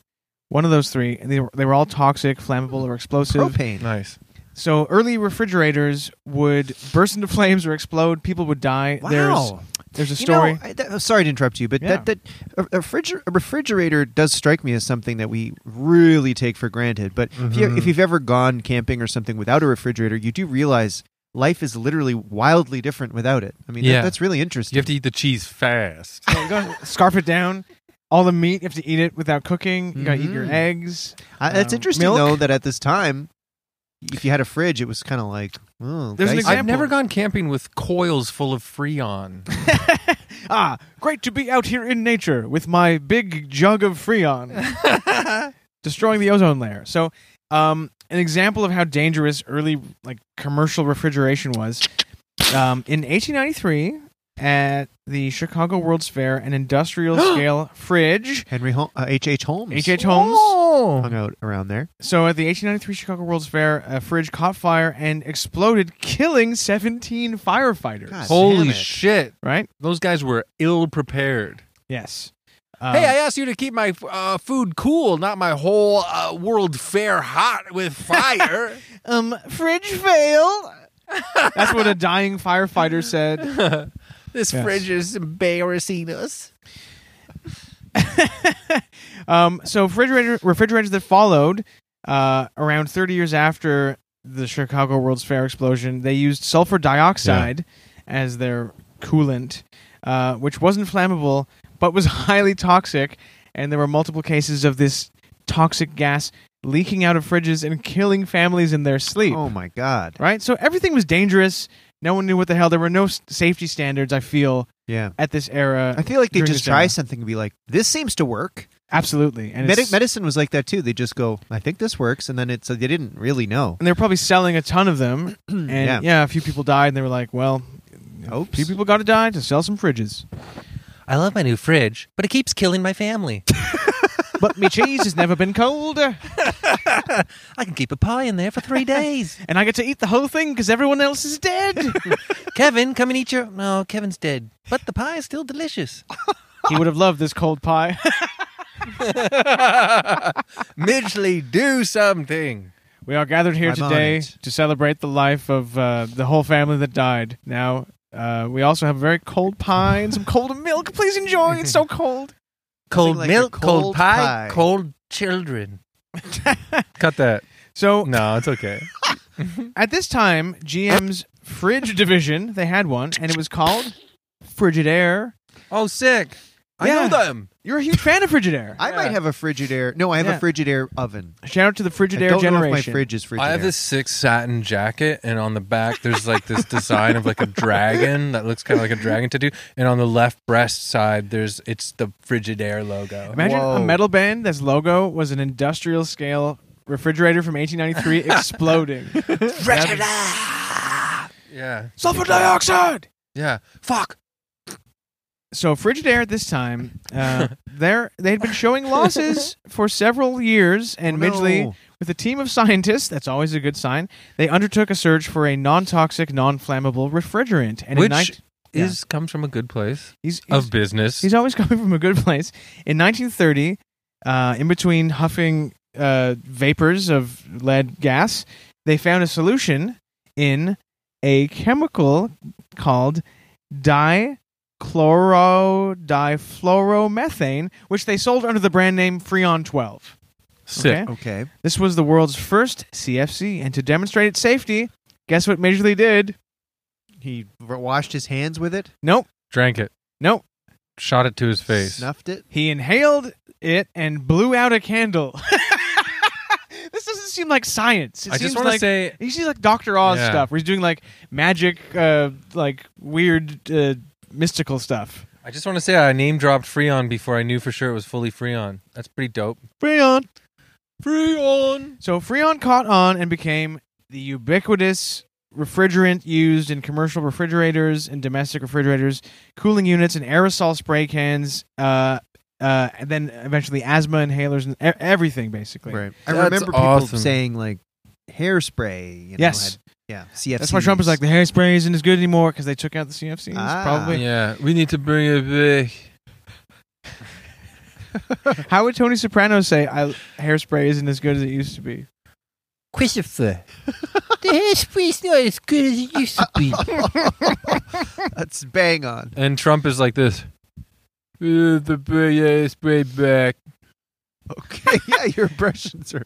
S3: one of those three, and they were, they were all toxic, flammable, or explosive.
S2: Propane.
S1: Nice.
S3: So early refrigerators would burst into flames or explode. People would die. There's
S2: Wow.
S3: there's a
S2: You
S3: story.
S2: know, I- that- I'm sorry to interrupt you, but
S3: Yeah.
S2: that that a, a refriger- a refrigerator does strike me as something that we really take for granted. But if, you,
S1: Mhm.
S3: Mm-hmm.
S2: if you've ever gone camping or something without a refrigerator, you do realize life is literally wildly different without it. I mean, that-
S1: Yeah.
S2: that's really
S1: You
S2: interesting.
S1: have to eat the cheese fast.
S3: So you gotta scarf it down. All the meat you have to eat it without cooking. You gotta eat your
S2: Mhm.
S3: eggs.
S2: Uh, it's
S3: um,
S2: interesting
S3: milk?
S2: though that at this time, if you had a fridge, it was kind of like oh,
S3: There's an
S2: dicey.
S1: I've
S3: example.
S1: never gone camping with coils full of Freon.
S3: ah, great to be out here in nature with my big jug of Freon, destroying the ozone layer. So, um, an example of how dangerous early like commercial refrigeration was. Um, in 1893, at the Chicago World's Fair, an industrial scale fridge.
S2: Henry Hol- uh, H. H. Holmes
S3: H. H. Holmes.
S1: Oh.
S2: hung out around there.
S3: So, at the 1893 Chicago World's Fair, a fridge caught fire and exploded, killing 17 firefighters.
S2: God.
S1: Holy
S2: it.
S1: shit.
S3: Right?
S1: Those guys were ill prepared.
S3: Yes. Um,
S1: hey, I asked you to keep my uh, food cool, not my whole uh, world fair hot with fire.
S3: Um, fridge fail. That's what a dying firefighter said.
S1: this
S3: Yes. fridge
S1: is embarrassing us.
S3: Um, so refrigerator refrigerators that followed uh, around 30 years after the Chicago World's Fair explosion, they used sulfur dioxide as their coolant, uh, which wasn't flammable but was highly toxic, and there were multiple cases of this toxic gas leaking out of fridges and killing families in their sleep.
S2: Oh my God!
S3: Right? So everything was dangerous. No one knew what the hell. There were no s- safety standards. I feel
S2: Yeah,
S3: at this era.
S2: I feel like they
S3: during
S2: just
S3: this
S2: try
S3: era.
S2: something and be like, "This seems to work."
S3: Absolutely, and
S2: Medi
S3: it's-
S2: medicine was like that too. They just go, I think this works, and then it's uh, they didn't really know.
S3: and they're probably selling a ton of them. And yeah.
S2: Yeah.
S3: a few people died, and they were like, "Well, a
S2: Oops.
S3: few people got to die to sell some fridges."
S5: I love my new fridge, but it keeps killing my family.
S3: But me cheese has never been cold, and
S5: I can keep a pie in there for three days.
S3: I get to eat the whole thing because everyone else is dead.
S5: Kevin, come and eat your. No, Kevin's dead, but the pie is still delicious.
S3: he would have loved this cold pie.
S1: Midgley, do something.
S3: we are gathered here
S2: I'm on
S3: today
S2: it.
S3: to celebrate the life of uh, the whole family that died. Now. Uh, we also have a very cold pie and some cold milk. Please enjoy. It's so cold.
S5: Cold
S2: like a
S5: milk, cold,
S2: cold
S5: pie,
S2: pie.
S5: cold children.
S1: Cut that.
S3: So
S1: No, it's okay.
S3: At this time, GM's fridge division, they had one, and it was called Frigidaire.
S1: oh, sick. I
S3: Yeah.
S1: know them.
S3: You're a huge fan of Frigidaire.
S2: I might have a Frigidaire. No, I have
S3: Yeah.
S2: a Frigidaire oven.
S3: Shout out to the
S2: I
S3: Frigidaire
S2: don't know
S3: generation.
S2: if my fridge is Frigidaire.
S1: I have this sick satin jacket, and on the back there's like this design of like a dragon that looks kind of like a dragon tattoo, and on the left breast side there's it's the Frigidaire logo.
S3: Imagine a
S2: Whoa.
S3: metal band that's logo was an industrial scale refrigerator from 1893 exploding.
S1: Yeah,
S3: Sulfur dioxide!
S1: yeah. Fuck.
S3: So Frigidaire at this time, uh, they're, they'd been showing losses for several years, and
S2: Oh,
S3: Midgley,
S2: no.
S3: with a team of scientists, that's always a good sign, they undertook a search for a non-toxic, non-flammable refrigerant. And in
S1: Which
S3: nine- yeah.
S1: is comes from a good place
S3: he's, he's-
S1: of business.
S3: He's always coming from a good place. In 1930, uh, in between huffing uh, vapors of lead gas, they found a solution in a chemical called dichlorodifluoromethane, which they sold under the brand name Freon 12.
S1: Sick.
S3: Okay?
S2: Oh, Okay.
S3: This was the world's first CFC, and to demonstrate its safety, guess what Major Lee did?
S2: He r- washed his hands with it,
S3: Nope,
S1: Drank it.
S3: nope.
S1: Shot it to his face.
S2: snuffed it.
S3: He inhaled it and blew out a candle. this doesn't seem like science. It
S1: I
S3: seems
S1: just want to
S3: like
S1: say
S3: he sees like Doctor Oz
S1: Yeah.
S3: stuff, where he's doing like magic, uh, like weird, uh, mystical stuff.
S1: I just want to say I name dropped Freon before I knew for sure it was fully Freon. That's pretty dope.
S3: Freon.
S1: Freon.
S3: So Freon caught on and became the ubiquitous refrigerant used in commercial refrigerators and domestic refrigerators, cooling units, and aerosol spray cans. Uh, uh, and then eventually asthma inhalers and e- everything basically.
S2: I
S1: That's
S2: remember people
S1: awesome.
S2: saying like hairspray. You know,
S3: Yes.
S2: had- yeah. CFC.
S3: That's why Trump is like the hairspray isn't as good anymore because they took out the CFCs.
S2: Ah.
S3: Probably.
S1: Yeah, we need to bring it back.
S3: How would Tony Soprano say, I, hairspray isn't as good as it used to be?
S5: Christopher, the hairspray's not as good as it used to be.
S2: That's bang on.
S1: And Trump is like this. "Uh, The biggest way back.
S2: Okay, yeah, your impressions are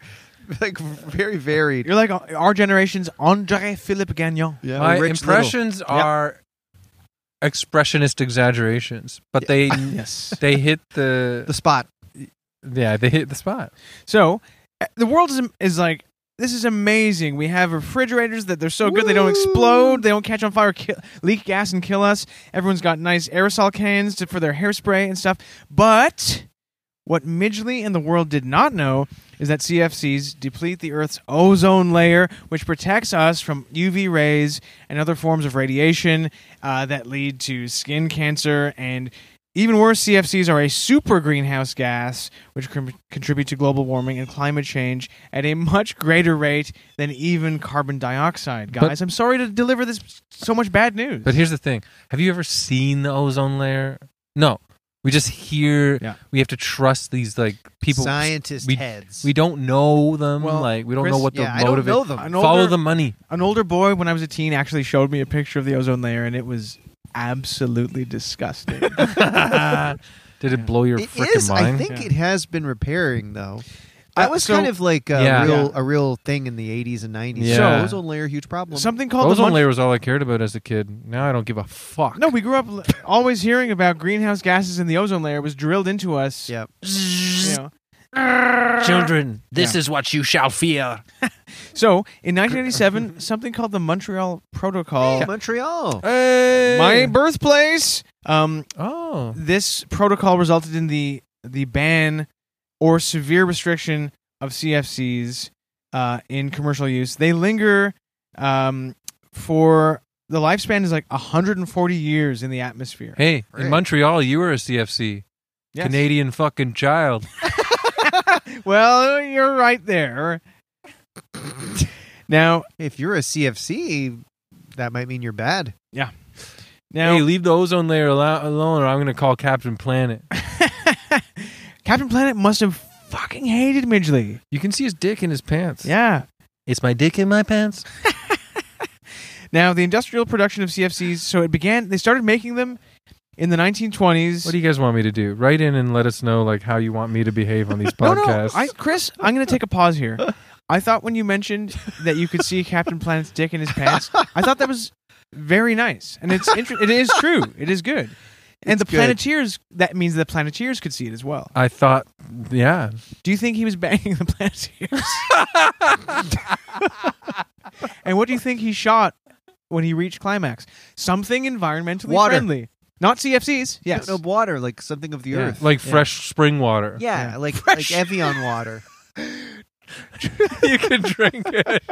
S2: like very varied.
S3: You're like uh, our generation's Andre Philippe Gagnon.
S2: Yeah,
S1: My
S2: Rich
S1: impressions
S2: Yep.
S1: are expressionist exaggerations, but they
S3: Yes.
S1: they hit
S2: Little.
S1: the
S2: the spot.
S1: yeah they hit the spot.
S3: So uh, the world is, is like this is amazing. We have refrigerators that they're so good they don't explode, they don't catch on fire, kill, leak gas and kill us. Everyone's got nice aerosol cans to, for their hairspray and stuff. But what Midgley and the world did not know is that CFCs deplete the Earth's ozone layer, which protects us from UV rays and other forms of radiation uh, that lead to skin cancer. And even worse, CFCs are a super greenhouse gas, which can contribute to global warming and climate change at a much greater rate than even carbon dioxide.
S1: But-
S3: Guys, I'm sorry to deliver this so much bad news.
S1: But here's the thing: Have you ever seen the ozone layer? No, we just hear.
S3: Yeah.
S1: We have to trust these like people.
S2: Scientist
S1: we-
S2: heads.
S1: We don't know them.
S3: Well,
S1: like we don't
S3: Chris-
S1: know what
S2: yeah, I
S1: the
S2: don't
S1: motive
S2: know
S1: is.
S2: them.
S3: An
S1: Follow
S3: older-
S1: the money.
S3: An older boy when I was a teen actually showed me a picture of the ozone layer, and it was absolutely disgusting.
S1: Did it blow your
S2: It
S1: freaking
S2: is.
S1: mind?
S2: I think
S3: Yeah.
S2: it has been repairing though. That was
S3: Uh, so-
S2: kind of like a
S1: Yeah.
S2: real a real thing in the 80s and 90s.
S1: Yeah.
S2: So ozone layer huge problem.
S3: Something called the
S1: ozone
S3: Munch-
S1: layer was all I cared about as a kid. Now I don't give a fuck.
S3: No, we grew up l- always hearing about greenhouse gases in the ozone layer was drilled into us.
S2: yep.
S3: you know.
S5: Children, this
S3: Yeah.
S5: is what you shall fear.
S3: So in 1987, something called the Montreal Protocol,
S2: Hey, Montreal.
S1: Hey!
S3: my birthplace, um,
S1: oh.
S3: this protocol resulted in the the ban or severe restriction of CFCs uh, in commercial use. They linger um, for the lifespan is like 140 years in the atmosphere.
S1: Hey,
S2: Right.
S1: in Montreal, you were a CFC.
S3: Yes.
S1: Canadian fucking child.
S3: Well, you're right there. now,
S2: If you're a CFC, that might mean you're bad.
S3: now,
S1: Hey, leave the ozone layer alo- alone, or I'm going to call Captain Planet.
S3: Captain Planet must have fucking hated Midgley.
S1: You can see his dick in his pants.
S3: Yeah.
S5: It's my dick in my pants.
S3: Now, the industrial production of CFCs, so it began, they started making them in the 1920s.
S1: What do you guys want me to do? Write in and let us know like how you want me to behave on these
S3: no, no,
S1: podcasts.
S3: I, Chris, I'm going to take a pause here. I thought when you mentioned that you could see Captain Planet's dick in his pants, I thought that was very nice, and it's inter- it is true, it is good, and the
S2: good.
S3: Planeteers that means the Planeteers could see it as well.
S1: I thought, yeah.
S3: Do you think he was banging the Planeteers? and what do you think he shot when he reached climax? Something environmentally
S2: Water.
S3: friendly. Not CFCs. Yes.
S2: No, no water, like something of the
S3: Yeah.
S2: earth.
S1: Like
S3: Yeah.
S1: fresh spring water.
S2: yeah,
S3: Yeah.
S2: like
S3: Fresh.
S2: like Evian water.
S1: you can drink it.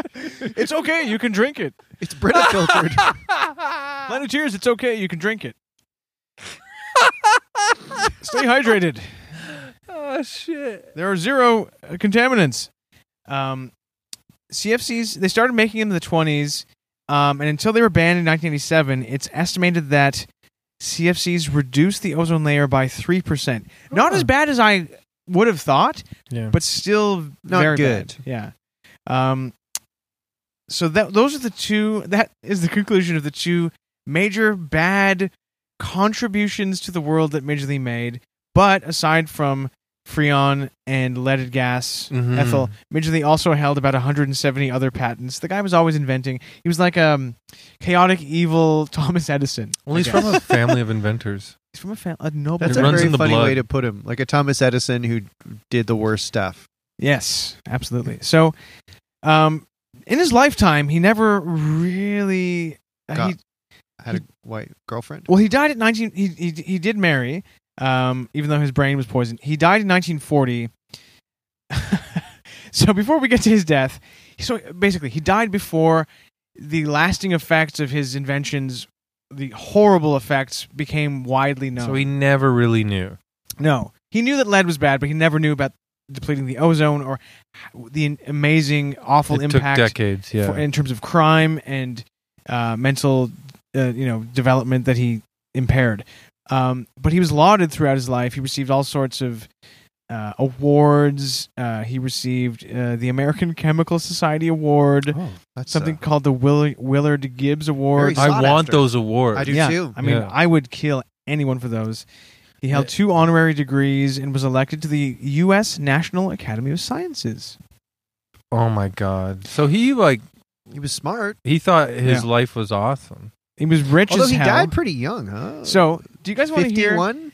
S3: it's okay. You can drink it.
S2: It's Brita filtered.
S3: Planeteers, it's okay. You can drink it. Stay hydrated.
S1: Oh, shit.
S3: There are zero uh, contaminants. Um, CFCs, they started making them in the 20s, um, and until they were banned in 1987, it's estimated that CFCs reduced the ozone layer by 3%. Not as bad as I would have thought,
S1: Yeah.
S3: but still
S2: Not
S3: very
S2: good.
S3: bad. Yeah. Um, so that those are the two, that is the conclusion of the two major bad contributions to the world that Midgley made. But aside from Freon and leaded gas,
S1: Mhm.
S3: ethyl, Midgley also held about 170 other patents. The guy was always inventing. He was like um, chaotic, evil Thomas Edison.
S1: Well,
S3: I
S1: he's
S3: guess.
S1: from a family of inventors.
S3: He's from a, fam- a noble.
S2: That's
S1: It
S2: a
S1: runs
S2: very
S1: in the
S2: funny
S1: blood.
S2: way to put him. Like a Thomas Edison who did the worst stuff.
S3: Yes, absolutely. So, um, in his lifetime, he never really.
S2: Got-
S3: Uh, he,
S2: Had a white girlfriend.
S3: well, he died at 19. He, he, he did marry, um, even though his brain was poisoned. He died in 1940. so, before we get to his death, so basically, he died before the lasting effects of his inventions, the horrible effects, became widely known.
S1: So he never really knew.
S3: No, he knew that lead was bad, but he never knew about depleting the ozone or the amazing, awful
S1: it
S3: impact
S1: took decades, yeah.
S3: for- in terms of crime and uh, mental, uh, you know, development that he impaired. Um, but he was lauded throughout his life. He received all sorts of uh, awards. Uh, he received uh, the American Chemical Society Award,
S2: Oh, that's
S3: something called the Will- Willard Gibbs Award.
S2: Very
S1: I
S2: sought
S1: want
S2: after.
S1: those awards.
S2: I do
S3: yeah,
S2: too.
S3: I mean,
S1: Yeah.
S3: I would kill anyone for those. He held two honorary degrees and was elected to the U.S. National Academy of Sciences.
S1: Oh my god! So he like
S2: uh, He was smart,
S1: he thought his
S3: Yeah.
S1: life was awesome.
S3: He was rich
S2: although
S3: as
S2: he
S3: hell.
S2: died pretty young, huh?
S3: so, do you guys want to hear?
S2: fifty-one.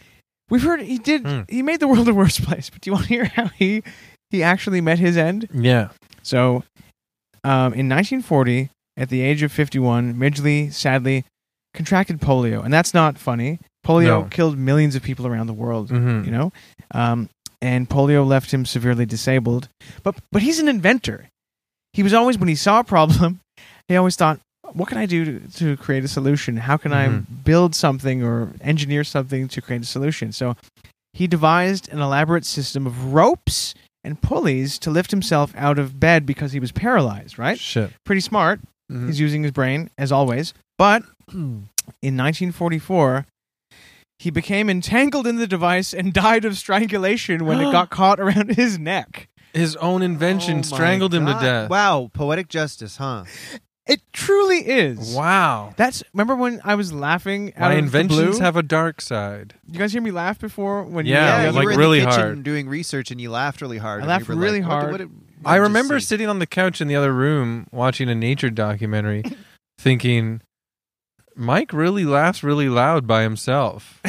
S3: We've heard he did.
S1: Hmm.
S3: He made the world a worse place. But do you want to hear how he he actually met his end?
S1: Yeah.
S3: So, um, in 1940, at the age of 51, Midgley sadly contracted polio, and that's not funny. Polio
S1: No.
S3: killed millions of people around the world.
S1: Mm-hmm.
S3: You know, um, and polio left him severely disabled. But but he's an inventor. He was always when he saw a problem, he always thought, "What can I do to, to create a solution? How can
S1: Mhm.
S3: I build something or engineer something to create a solution?" So he devised an elaborate system of ropes and pulleys to lift himself out of bed because he was paralyzed. Right?
S1: Shit.
S3: Pretty smart.
S1: Mm-hmm.
S2: Mhm.
S3: He's using his brain as always. But in 1944, he became entangled in the device and died of strangulation when it got caught around his neck.
S1: His own invention
S2: Oh my
S1: strangled him to
S2: God.
S1: death.
S2: Wow, poetic justice, huh?
S3: It truly is.
S1: Wow.
S3: That's remember when I was laughing out
S1: My
S3: of the
S1: inventions
S3: blue?
S1: have a dark side.
S3: you guys hear me laugh before when
S1: Yeah,
S3: you,
S2: you
S1: like
S2: were in
S1: really
S2: the kitchen
S1: hard.
S2: doing research, and you laughed really hard.
S3: I
S2: and
S3: laughed
S2: you were
S3: really
S2: like, what
S3: hard.
S2: did- what did- what
S1: I
S2: did you
S1: remember
S2: see?
S1: sitting on the couch in the other room watching a nature documentary, thinking, Mike really laughs really loud by himself.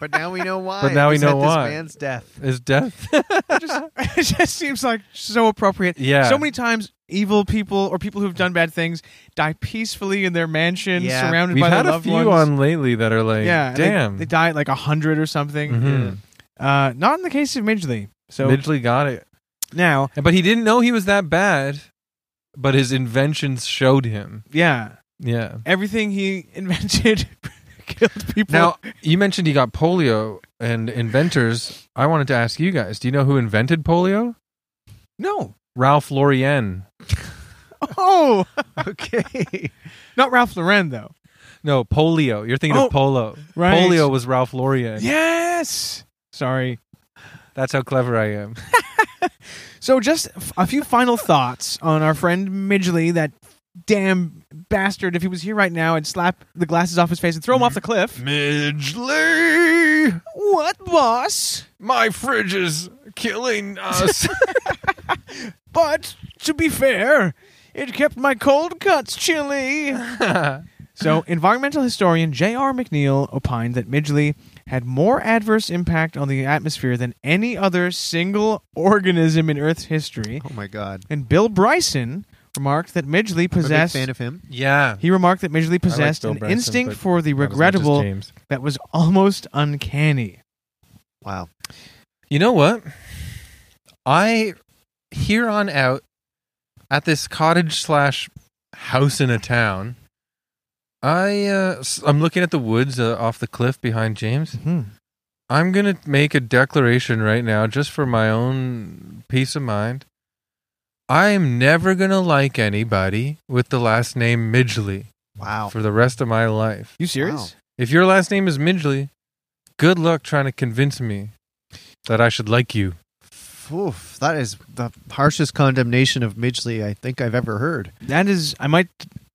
S2: but now we know why.
S1: But now
S2: It
S1: we
S2: was
S1: know
S2: at
S1: why.
S2: This man's death.
S1: His death.
S3: it, just, it just seems like so appropriate.
S1: yeah.
S3: So many times, evil people or people who've done bad things die peaceful in their mansion,
S2: Yeah.
S3: surrounded
S1: We've
S3: by
S1: had
S3: their
S1: a
S3: loved
S1: few
S3: ones.
S1: on lately that are like,
S3: yeah, they-
S1: damn.
S3: they, die at like a hundred or something.
S1: Mhm.
S3: Uh, not in the case of Midgley. So
S1: Midgley got it.
S3: now
S1: But he didn't know he was that bad, but his inventions showed him.
S3: Yeah.
S1: Yeah.
S3: Everything he invented killed people.
S1: Now, you mentioned he got polio and inventors. I wanted to ask you guys do you know who invented polio?
S3: no.
S1: Ralph Lauren.
S3: Oh,
S2: Okay.
S3: not Ralph Lauren though.
S1: No, polio. You're thinking
S3: Oh,
S1: of polo.
S3: right.
S1: Polio was Ralph Lauren.
S3: Yes. Sorry.
S1: That's how clever I am.
S3: So just f- a few final thoughts on our friend Midgley, that damn bastard. If he was here right now, I'd slap the glasses off his face and
S1: Mm-hmm.
S3: throw him off the cliff.
S1: Midgley,
S3: What, boss?
S1: my fridge is killing us.
S3: But to be fair, it kept my cold cuts chilly. So, environmental historian J.R. McNeil opined that Midgley had more adverse impact on the atmosphere than any other single organism in Earth's history.
S2: Oh my god.
S3: And Bill Bryson remarked that Midgley
S2: I'm a big
S3: possessed.
S2: fan of him.
S1: yeah.
S3: He remarked that Midgley
S1: I like
S3: possessed
S1: Bill
S3: an
S1: Branson,
S3: instinct
S1: but
S3: for the
S1: not as much as
S3: regrettable
S1: James.
S3: that was almost uncanny.
S2: Wow.
S1: You know what? I here on out at this cottage slash house in a town. I uh, s- I'm looking at the woods uh, off the cliff behind James. I'm going to make a declaration right now just for my own peace of mind. I'm never going to like anybody with the last name Midgley
S2: Wow.
S1: for the rest of my life.
S3: You serious?
S1: If your last name is Midgley, good luck trying to convince me that I should like you.
S2: Oof, that is the harshest condemnation of Midgley I think I've ever heard.
S3: That is, I might,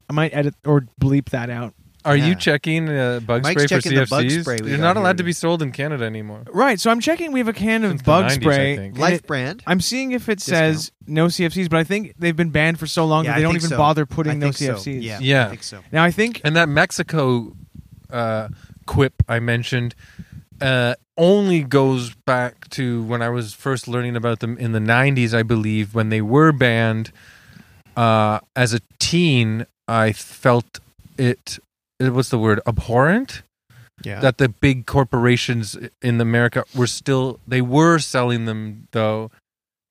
S3: I might edit or bleep that out.
S1: Are
S2: Yeah.
S1: you checking uh, bug
S2: Mike's
S1: spray for
S2: checking the
S1: CFCs?
S2: bug spray we
S1: You're
S2: got
S1: not allowed
S2: here.
S1: to be sold in Canada anymore.
S3: Right. So I'm checking. We have a can
S1: Since
S3: of
S1: the
S3: bug
S1: 90s, I
S3: spray.
S1: think.
S3: and
S2: Life
S3: it-
S2: brand.
S3: I'm seeing if it
S2: Discount.
S3: says no CFCs, but I think they've been banned for so long
S2: Yeah,
S3: that
S2: I
S3: they don't
S2: think
S3: even
S2: so.
S3: bother
S2: I
S3: putting no
S2: think so.
S3: CFCs.
S2: Yeah,
S1: Yeah.
S2: I think so.
S3: Now I think
S1: And that Mexico uh, quip I mentioned uh, only goes back to when I was first learning about them in the 90s, I believe, when they were banned. Uh, as a teen, I felt it, it what's the word, abhorrent?
S2: Yeah.
S1: that the big corporations in America were still they were selling them though.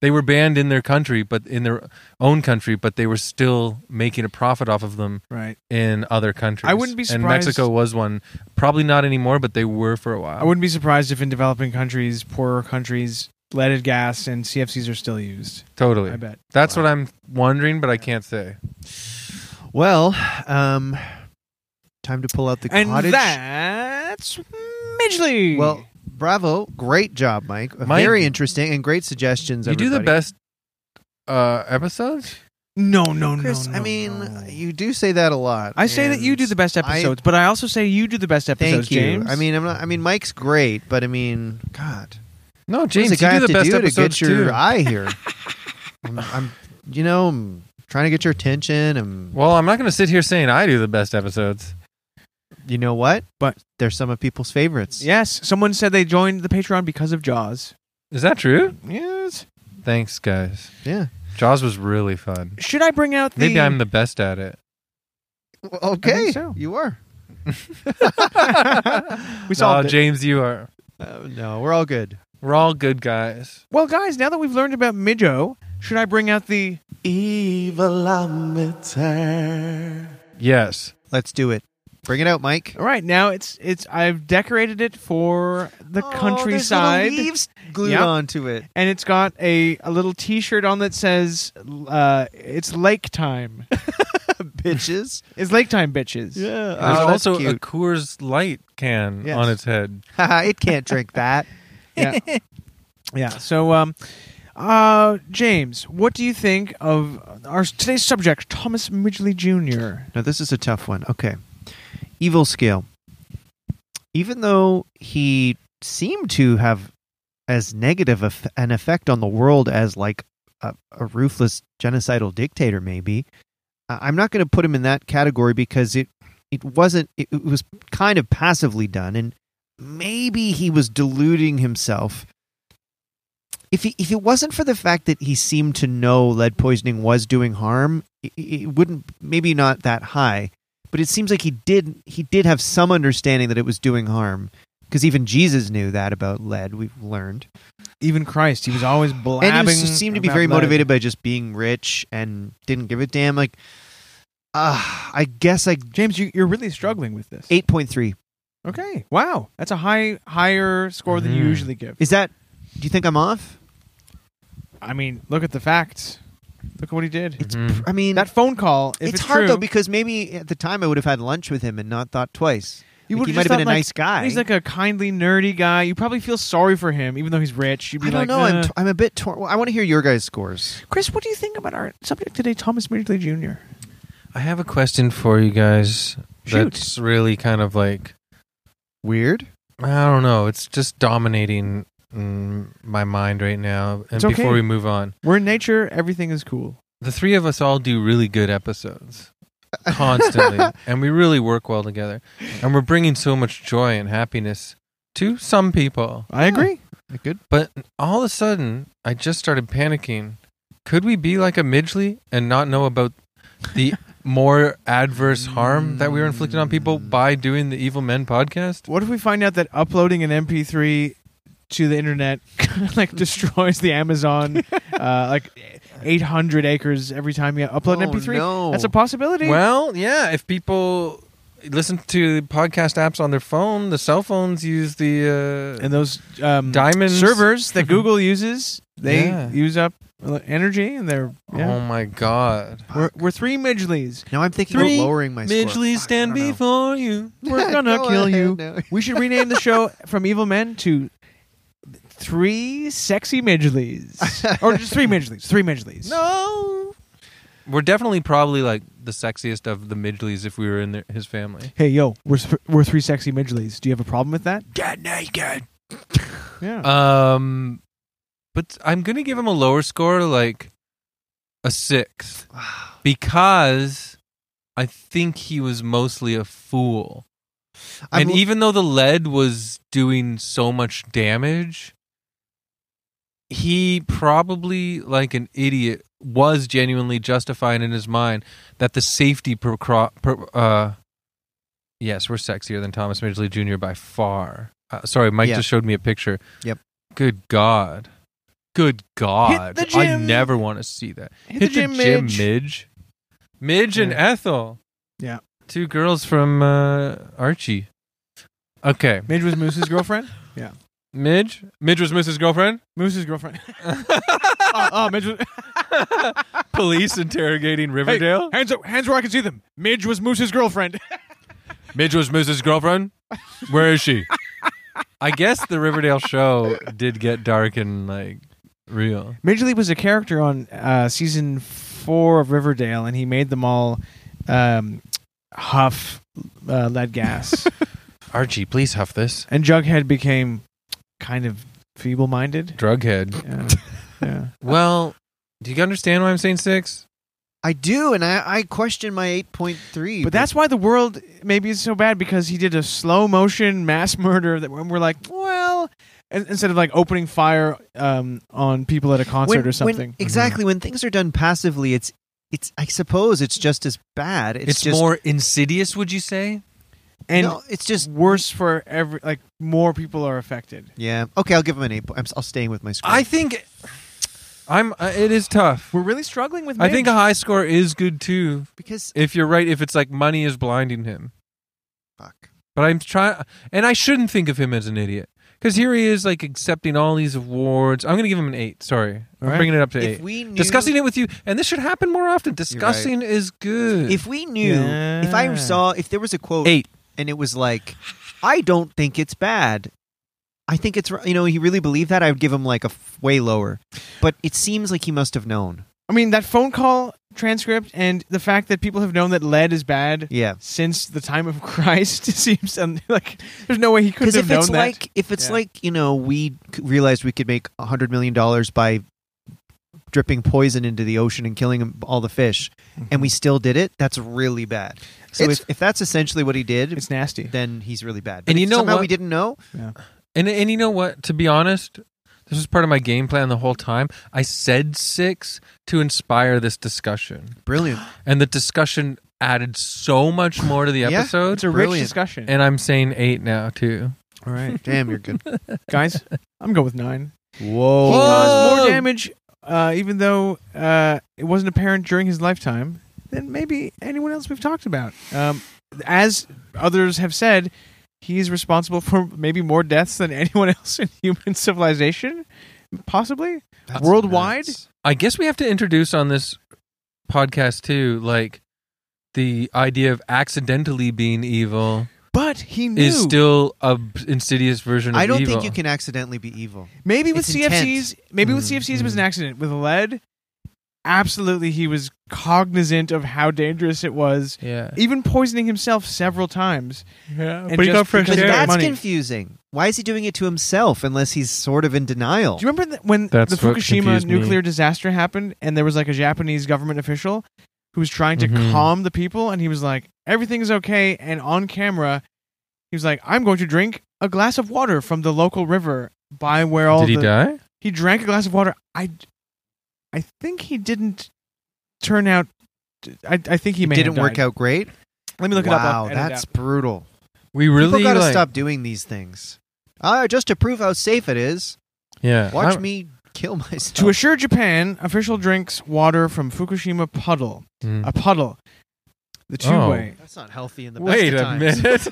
S1: They were banned in their country, but in their own country, but they were still making a profit off of them
S3: right.
S1: in other countries.
S3: I wouldn't be
S1: And
S3: surprised-
S1: Mexico was one, probably not anymore, but they were for a while.
S3: I wouldn't be surprised if in developing countries, poorer countries, leaded gas and CFCs are still used. I
S1: totally.
S3: bet.
S1: That's what I'm wondering, but I can't say.
S2: Well, um, time to pull out the
S3: And
S2: cottage.
S3: that's Midgley.
S2: Well, bravo, great job, Mike.
S1: Mike-
S2: Very interesting and great suggestions.
S1: You do the
S2: everybody.
S1: best uh, episodes.
S3: No, no, no,
S2: Chris.
S3: no.
S2: I mean,
S3: no.
S2: you do say that a lot.
S3: I say that you
S2: and
S3: do the best
S2: I-
S3: episodes, but I also say you do the best episodes,
S2: Thank you.
S3: James.
S2: I mean, I'm not. I mean, Mike's great, but I mean, God,
S1: No,
S2: James,
S1: James,
S2: what does a guy
S1: you do the
S2: have
S1: best
S2: to do to
S1: episodes
S2: get your
S1: too.
S2: eye here? I'm, I'm, you know, I'm trying to get your attention. And
S1: well, I'm not going to sit here saying I do the best episodes.
S2: you know what?
S3: But-
S2: they're some of people's favorites.
S3: yes, someone said they joined the Patreon because of Jaws.
S1: Is that true?
S3: Yes.
S1: Thanks, guys.
S2: Yeah.
S1: Jaws was really fun.
S3: Should I bring out the?
S1: Maybe I'm the best at it.
S2: Okay.
S3: so.
S2: You are.
S3: We
S1: No,
S3: solved it.
S1: James, you are.
S2: Uh, no, we're all good.
S1: We're all good guys.
S3: Well, guys, now that we've learned about Midjo, should I bring out the?
S1: Yes.
S2: Let's do it. Bring it out, Mike.
S3: All right, now it's it's I've decorated it for the countryside,
S2: Oh, leaves glued
S3: Yep.
S2: onto it.
S3: and it's got a a little T-shirt on that says uh, "It's lake time."
S2: Bitches.
S3: it's lake time, bitches.
S2: Yeah.
S1: Uh, There's also a Coors Light can
S2: Yes.
S1: on its head.
S2: it can't drink that.
S3: yeah. yeah. So, um, uh, James, what do you think of our today's subject, Thomas Midgley Jr.?
S2: Now this is a tough one. Okay. Evil scale. Even though he seemed to have as negative of an effect on the world as like a, a ruthless genocidal dictator, maybe I- I'm not going to put him in that category because it it wasn't. It, it was kind of passively done, and maybe he was deluding himself. If he, if it wasn't for the fact that he seemed to know lead poisoning was doing harm, it, it wouldn't maybe not that high, but it seems like he did he did have some understanding that it was doing harm because even Jesus knew that about lead. We've leared
S3: Even Christ, he was always blabbing.
S2: and he s- seemed to be
S3: about
S2: very
S3: lead.
S2: motivated by just being rich and didn't give a damn. Like, ah, I guess I
S3: James, you, you're really struggling with this.
S2: eight point three.
S3: Okay, wow, that's a high higher score than
S2: Mm.
S3: you
S1: Mhm.
S3: usually give.
S2: Is that? Do you think I'm off?
S3: I mean, look at the facts. Look at what he did.
S1: Mhm.
S2: I mean,
S3: That phone call. If
S2: it's,
S3: it's,
S2: hard
S3: true,
S2: though because maybe at the time I would have had lunch with him and not thought twice.
S3: you
S2: Like,
S3: would've
S2: he might
S3: just
S2: have been a
S3: thought, like,
S2: nice guy.
S3: He's like a kindly, nerdy guy. You probably feel sorry for him, even though he's rich. You'd be
S2: I don't
S3: like, "Uh."
S2: know.
S3: "Nah."
S2: I'm, t- I'm a bit torn. Well, I want to hear your guys' scores.
S3: Chris, what do you think about our subject today, Thomas Midgley Jr.?
S1: I have a question for you guys
S3: Shoot.
S1: that's really kind of like,
S2: Weird.
S1: I don't know, it's just dominating mm, my mind right now. And
S3: It's okay.
S1: before we move on,
S3: We're in nature. Everything is cool.
S1: the three of us all do really good episodes constantly and we really work well together and we're bringing so much joy and happiness to some people
S3: I agree.
S2: Good.
S1: but all of a sudden i just started panicking could we be like a midgley and not know about the more adverse harm that we were inflicting on people
S3: Mm.
S1: by doing the evil men podcast
S3: What if we find out that uploading an MP3 to the internet like destroys the Amazon, uh, like 800 acres every time you upload an
S2: Oh,
S3: MP3?
S2: no.
S3: That's a possibility.
S1: well yeah if people listen to podcast apps on their phone the cell phones use the uh,
S3: and those um,
S1: Diamonds.
S3: servers that Google uses, they
S1: Yeah.
S3: use up ele- energy, and they're yeah.
S1: oh my god
S3: we're, we're three midgleys.
S2: Now I'm thinking
S1: Three
S2: of lowering my score.
S1: Midgley
S2: Fuck, I
S1: stand
S2: don't know.
S1: before you.
S3: We're gonna
S2: Go
S3: kill you.
S2: ahead now.
S3: We should rename the show from Evil Men to Three Sexy Midgleys, or just Three Midgleys. Three Midgleys.
S1: No. We're definitely probably like the sexiest of the Midgleys if we were in their, his family.
S3: Hey, yo, we're th- we're three sexy midgleys. Do you have a problem with that?
S1: Get naked.
S3: Yeah.
S1: Um, but I'm gonna give him a lower score, like a six, because I think he was mostly a fool.
S2: I'm
S1: and
S3: E
S2: l-
S1: even though the lead was doing so much damage, he probably, like an idiot, was genuinely justified in his mind that the safety pro- cro- pro- uh, yes, we're sexier than Thomas Midgley Jr. by far. Uh, sorry, Mike
S2: Yeah.
S1: just showed me a picture.
S2: Yep.
S1: Good God. Good God.
S3: the
S1: I
S3: gym.
S1: never want to see that.
S3: Hit the gym, Midge.
S1: Midge. Midge and Ethel.
S3: Yeah.
S1: Two girls from uh, Archie. Okay.
S3: Midge was Moose's girlfriend.
S1: Midge. Midge was Moose's girlfriend.
S3: Moose's girlfriend. oh, oh, Midge was.
S1: Police interrogating
S3: Hey,
S1: Riverdale.
S3: hands up, hands where I can see them. Midge was Moose's girlfriend.
S1: Midge was Moose's girlfriend. Where is she? I guess the Riverdale show did get dark and like real.
S3: Major League was a character on uh, season four of Riverdale, and he made them all um, huff uh, lead gas.
S1: Archie, please huff this.
S3: and Jughead became kind of feeble-minded. Uh,
S1: Drughead.
S3: Yeah. yeah.
S1: Well, do you understand why I'm saying six?
S2: I do, and I, I question my eight point three.
S3: But that's why the world maybe is so bad because he did a slow motion mass murder that we're we're like, well, in- instead of like opening fire um, on people at a concert or something.
S2: exactly. When things are done passively, it's it's. I suppose it's just as bad. It's,
S1: It's,
S2: just
S1: more insidious, would you say?
S3: and
S2: no, it's
S3: it's
S2: just
S3: worse for every like more people are affected.
S2: yeah. Okay, I'll give him an eight. po- I'm, I'll stay with my score.
S1: I think I'm. Uh, it is tough.
S3: We're really struggling with.
S1: I think a
S3: Midge.
S1: high score is good too.
S2: because
S1: If you're right, if it's like money is blinding him.
S2: fuck.
S1: But I'm trying, and I shouldn't think of him as an idiot because here he is, like accepting all these awards. I'm going to give him an eight. Sorry, I'm
S3: All right.
S1: bringing it up to
S2: If
S1: eight.
S2: we knew,
S1: Discussing it with you, and this should happen more often. Discussing is good.
S2: If we knew, if I
S3: Yeah.
S2: saw, if there was a quote
S1: eight,
S2: and it was like, I don't think it's bad. I think it's r- you know he really believed that. I would give him like a f- way lower, but it seems like he must have known.
S3: I mean that phone call transcript and the fact that people have known that lead is bad
S2: Yeah,
S3: since the time of Christ seems un- like there's no way he could
S2: because
S3: have
S2: if
S3: known
S2: it's
S3: that.
S2: like if it's
S3: Yeah.
S2: like you know we c- realized we could make a hundred million dollars by dripping poison into the ocean and killing 'em- all the fish, and we still did it. That's really bad. So
S3: It's-
S2: if, if that's essentially what he did,
S3: it's nasty.
S2: then he's really bad.
S1: And
S2: if
S1: you know
S2: somehow
S1: what?
S2: we didn't know.
S1: and and you know what? To be honest, this was part of my game plan the whole time. I said six to inspire this discussion,
S2: Brilliant.
S1: and the discussion added so much more to the
S2: Yeah.
S1: episode.
S3: It's a rich
S2: Brilliant.
S3: discussion.
S1: and I'm saying eight now too.
S2: All right, damn, you're good.
S3: guys. I'm going with nine.
S2: Whoa.
S3: He caused more
S1: Whoa.
S3: damage, uh, even though uh, it wasn't apparent during his lifetime, than maybe anyone else we've talked about. Um, as others have said, he's responsible for maybe more deaths than anyone else in human civilization, possibly
S2: That's
S3: worldwide.
S2: nuts.
S1: I guess we have to introduce on this podcast too, like the idea of accidentally being evil
S3: But he knew.
S1: is still a b- insidious version of
S2: I don't
S1: evil.
S2: think you can accidentally be evil.
S3: maybe with
S2: it's
S3: CFCs, maybe with
S1: Mm,
S3: CFCs it was
S1: mm.
S3: an accident. With lead, absolutely, he was cognizant of how dangerous it was.
S1: Yeah,
S3: Even poisoning himself several times.
S1: yeah.
S3: but he got fresh
S2: But
S3: Sure.
S2: that's
S3: Money.
S2: confusing. Why is he doing it to himself unless he's sort of in denial?
S3: Do you remember that when
S1: That's
S3: the
S1: what
S3: Fukushima
S1: confused me.
S3: nuclear disaster happened and there was like a Japanese government official who was trying to
S1: Mhm.
S3: calm the people and he was like, everything's okay. And on camera, he was like, I'm going to drink a glass of water from the local river by where all
S1: Did he
S3: the.
S1: die?
S3: He drank a glass of water. I, I think he didn't turn out. I, I think he
S2: it
S3: may
S2: didn't
S3: have
S2: work
S3: died.
S2: out great.
S3: Let me look it up. I'll
S2: wow,
S3: edit it
S2: that's
S3: out.
S2: brutal.
S1: We really
S2: People gotta
S1: like-
S2: stop doing these things. Uh, just to prove how safe it is,
S1: Yeah,
S2: watch
S1: I'm-
S2: me kill myself.
S3: To assure Japan, official drinks water from Fukushima puddle.
S1: Mm.
S2: Mm-hmm.
S3: A puddle. The two
S1: Oh.
S3: way.
S2: that's not healthy in the best
S1: Wait
S2: of
S1: a
S2: times.
S1: minute.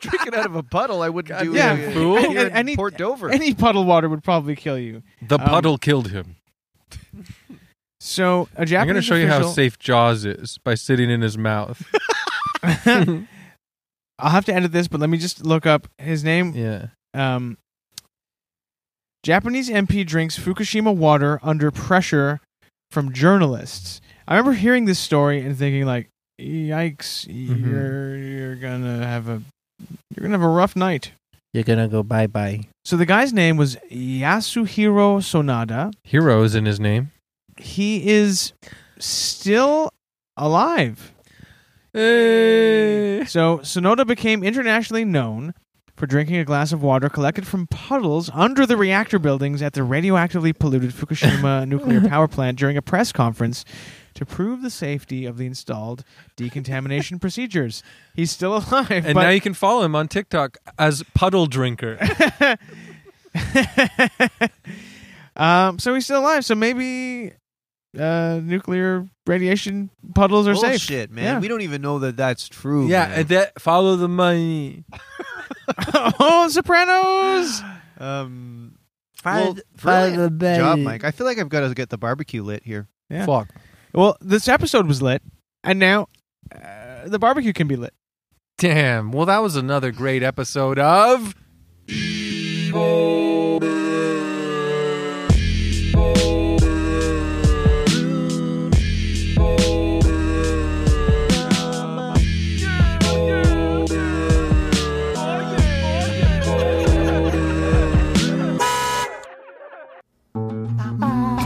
S2: Drinking out of a puddle, I wouldn't do
S3: yeah,
S2: it.
S1: fool.
S2: Here
S3: And-
S2: in
S3: and he-
S2: Port Dover.
S3: Any puddle water would probably kill you.
S1: the
S3: Um,
S1: puddle killed him.
S3: So a Japanese
S1: I'm going to show you how
S3: official,
S1: safe Jaws is by sitting in his mouth.
S3: I'll have to edit this, but let me just look up his name.
S1: yeah.
S3: Um, Japanese MP drinks Fukushima water under pressure from journalists. I remember hearing this story and thinking, like, "Yikes!
S5: Mm-hmm.
S1: Mhm.
S3: You're you're gonna have a you're gonna have a rough night."
S5: You're gonna go bye bye.
S3: So the guy's name was Yasuhiro Sonada.
S1: Hero is in his name.
S3: He is still alive. So Sonoda became internationally known for drinking a glass of water collected from puddles under the reactor buildings at the radioactively polluted Fukushima nuclear power plant during a press conference to prove the safety of the installed decontamination procedures. He's still alive.
S1: And
S3: but
S1: now you can follow him on TikTok as Puddle Drinker.
S3: um, so he's still alive. So maybe uh, nuclear radiation puddles are
S2: Bullshit,
S3: safe.
S2: man.
S3: Yeah.
S2: We don't even know that that's true.
S1: yeah,
S2: man.
S1: and that follow the money.
S3: oh, Sopranos!
S2: um,
S5: Follow
S2: well,
S5: the- follow the
S2: brilliant job,
S5: money.
S2: Mike. I feel like I've got to get the barbecue lit here.
S3: Yeah.
S1: Fuck.
S3: Well, this episode was lit, and now uh, the barbecue can be lit.
S1: Damn. Well, that was another great episode of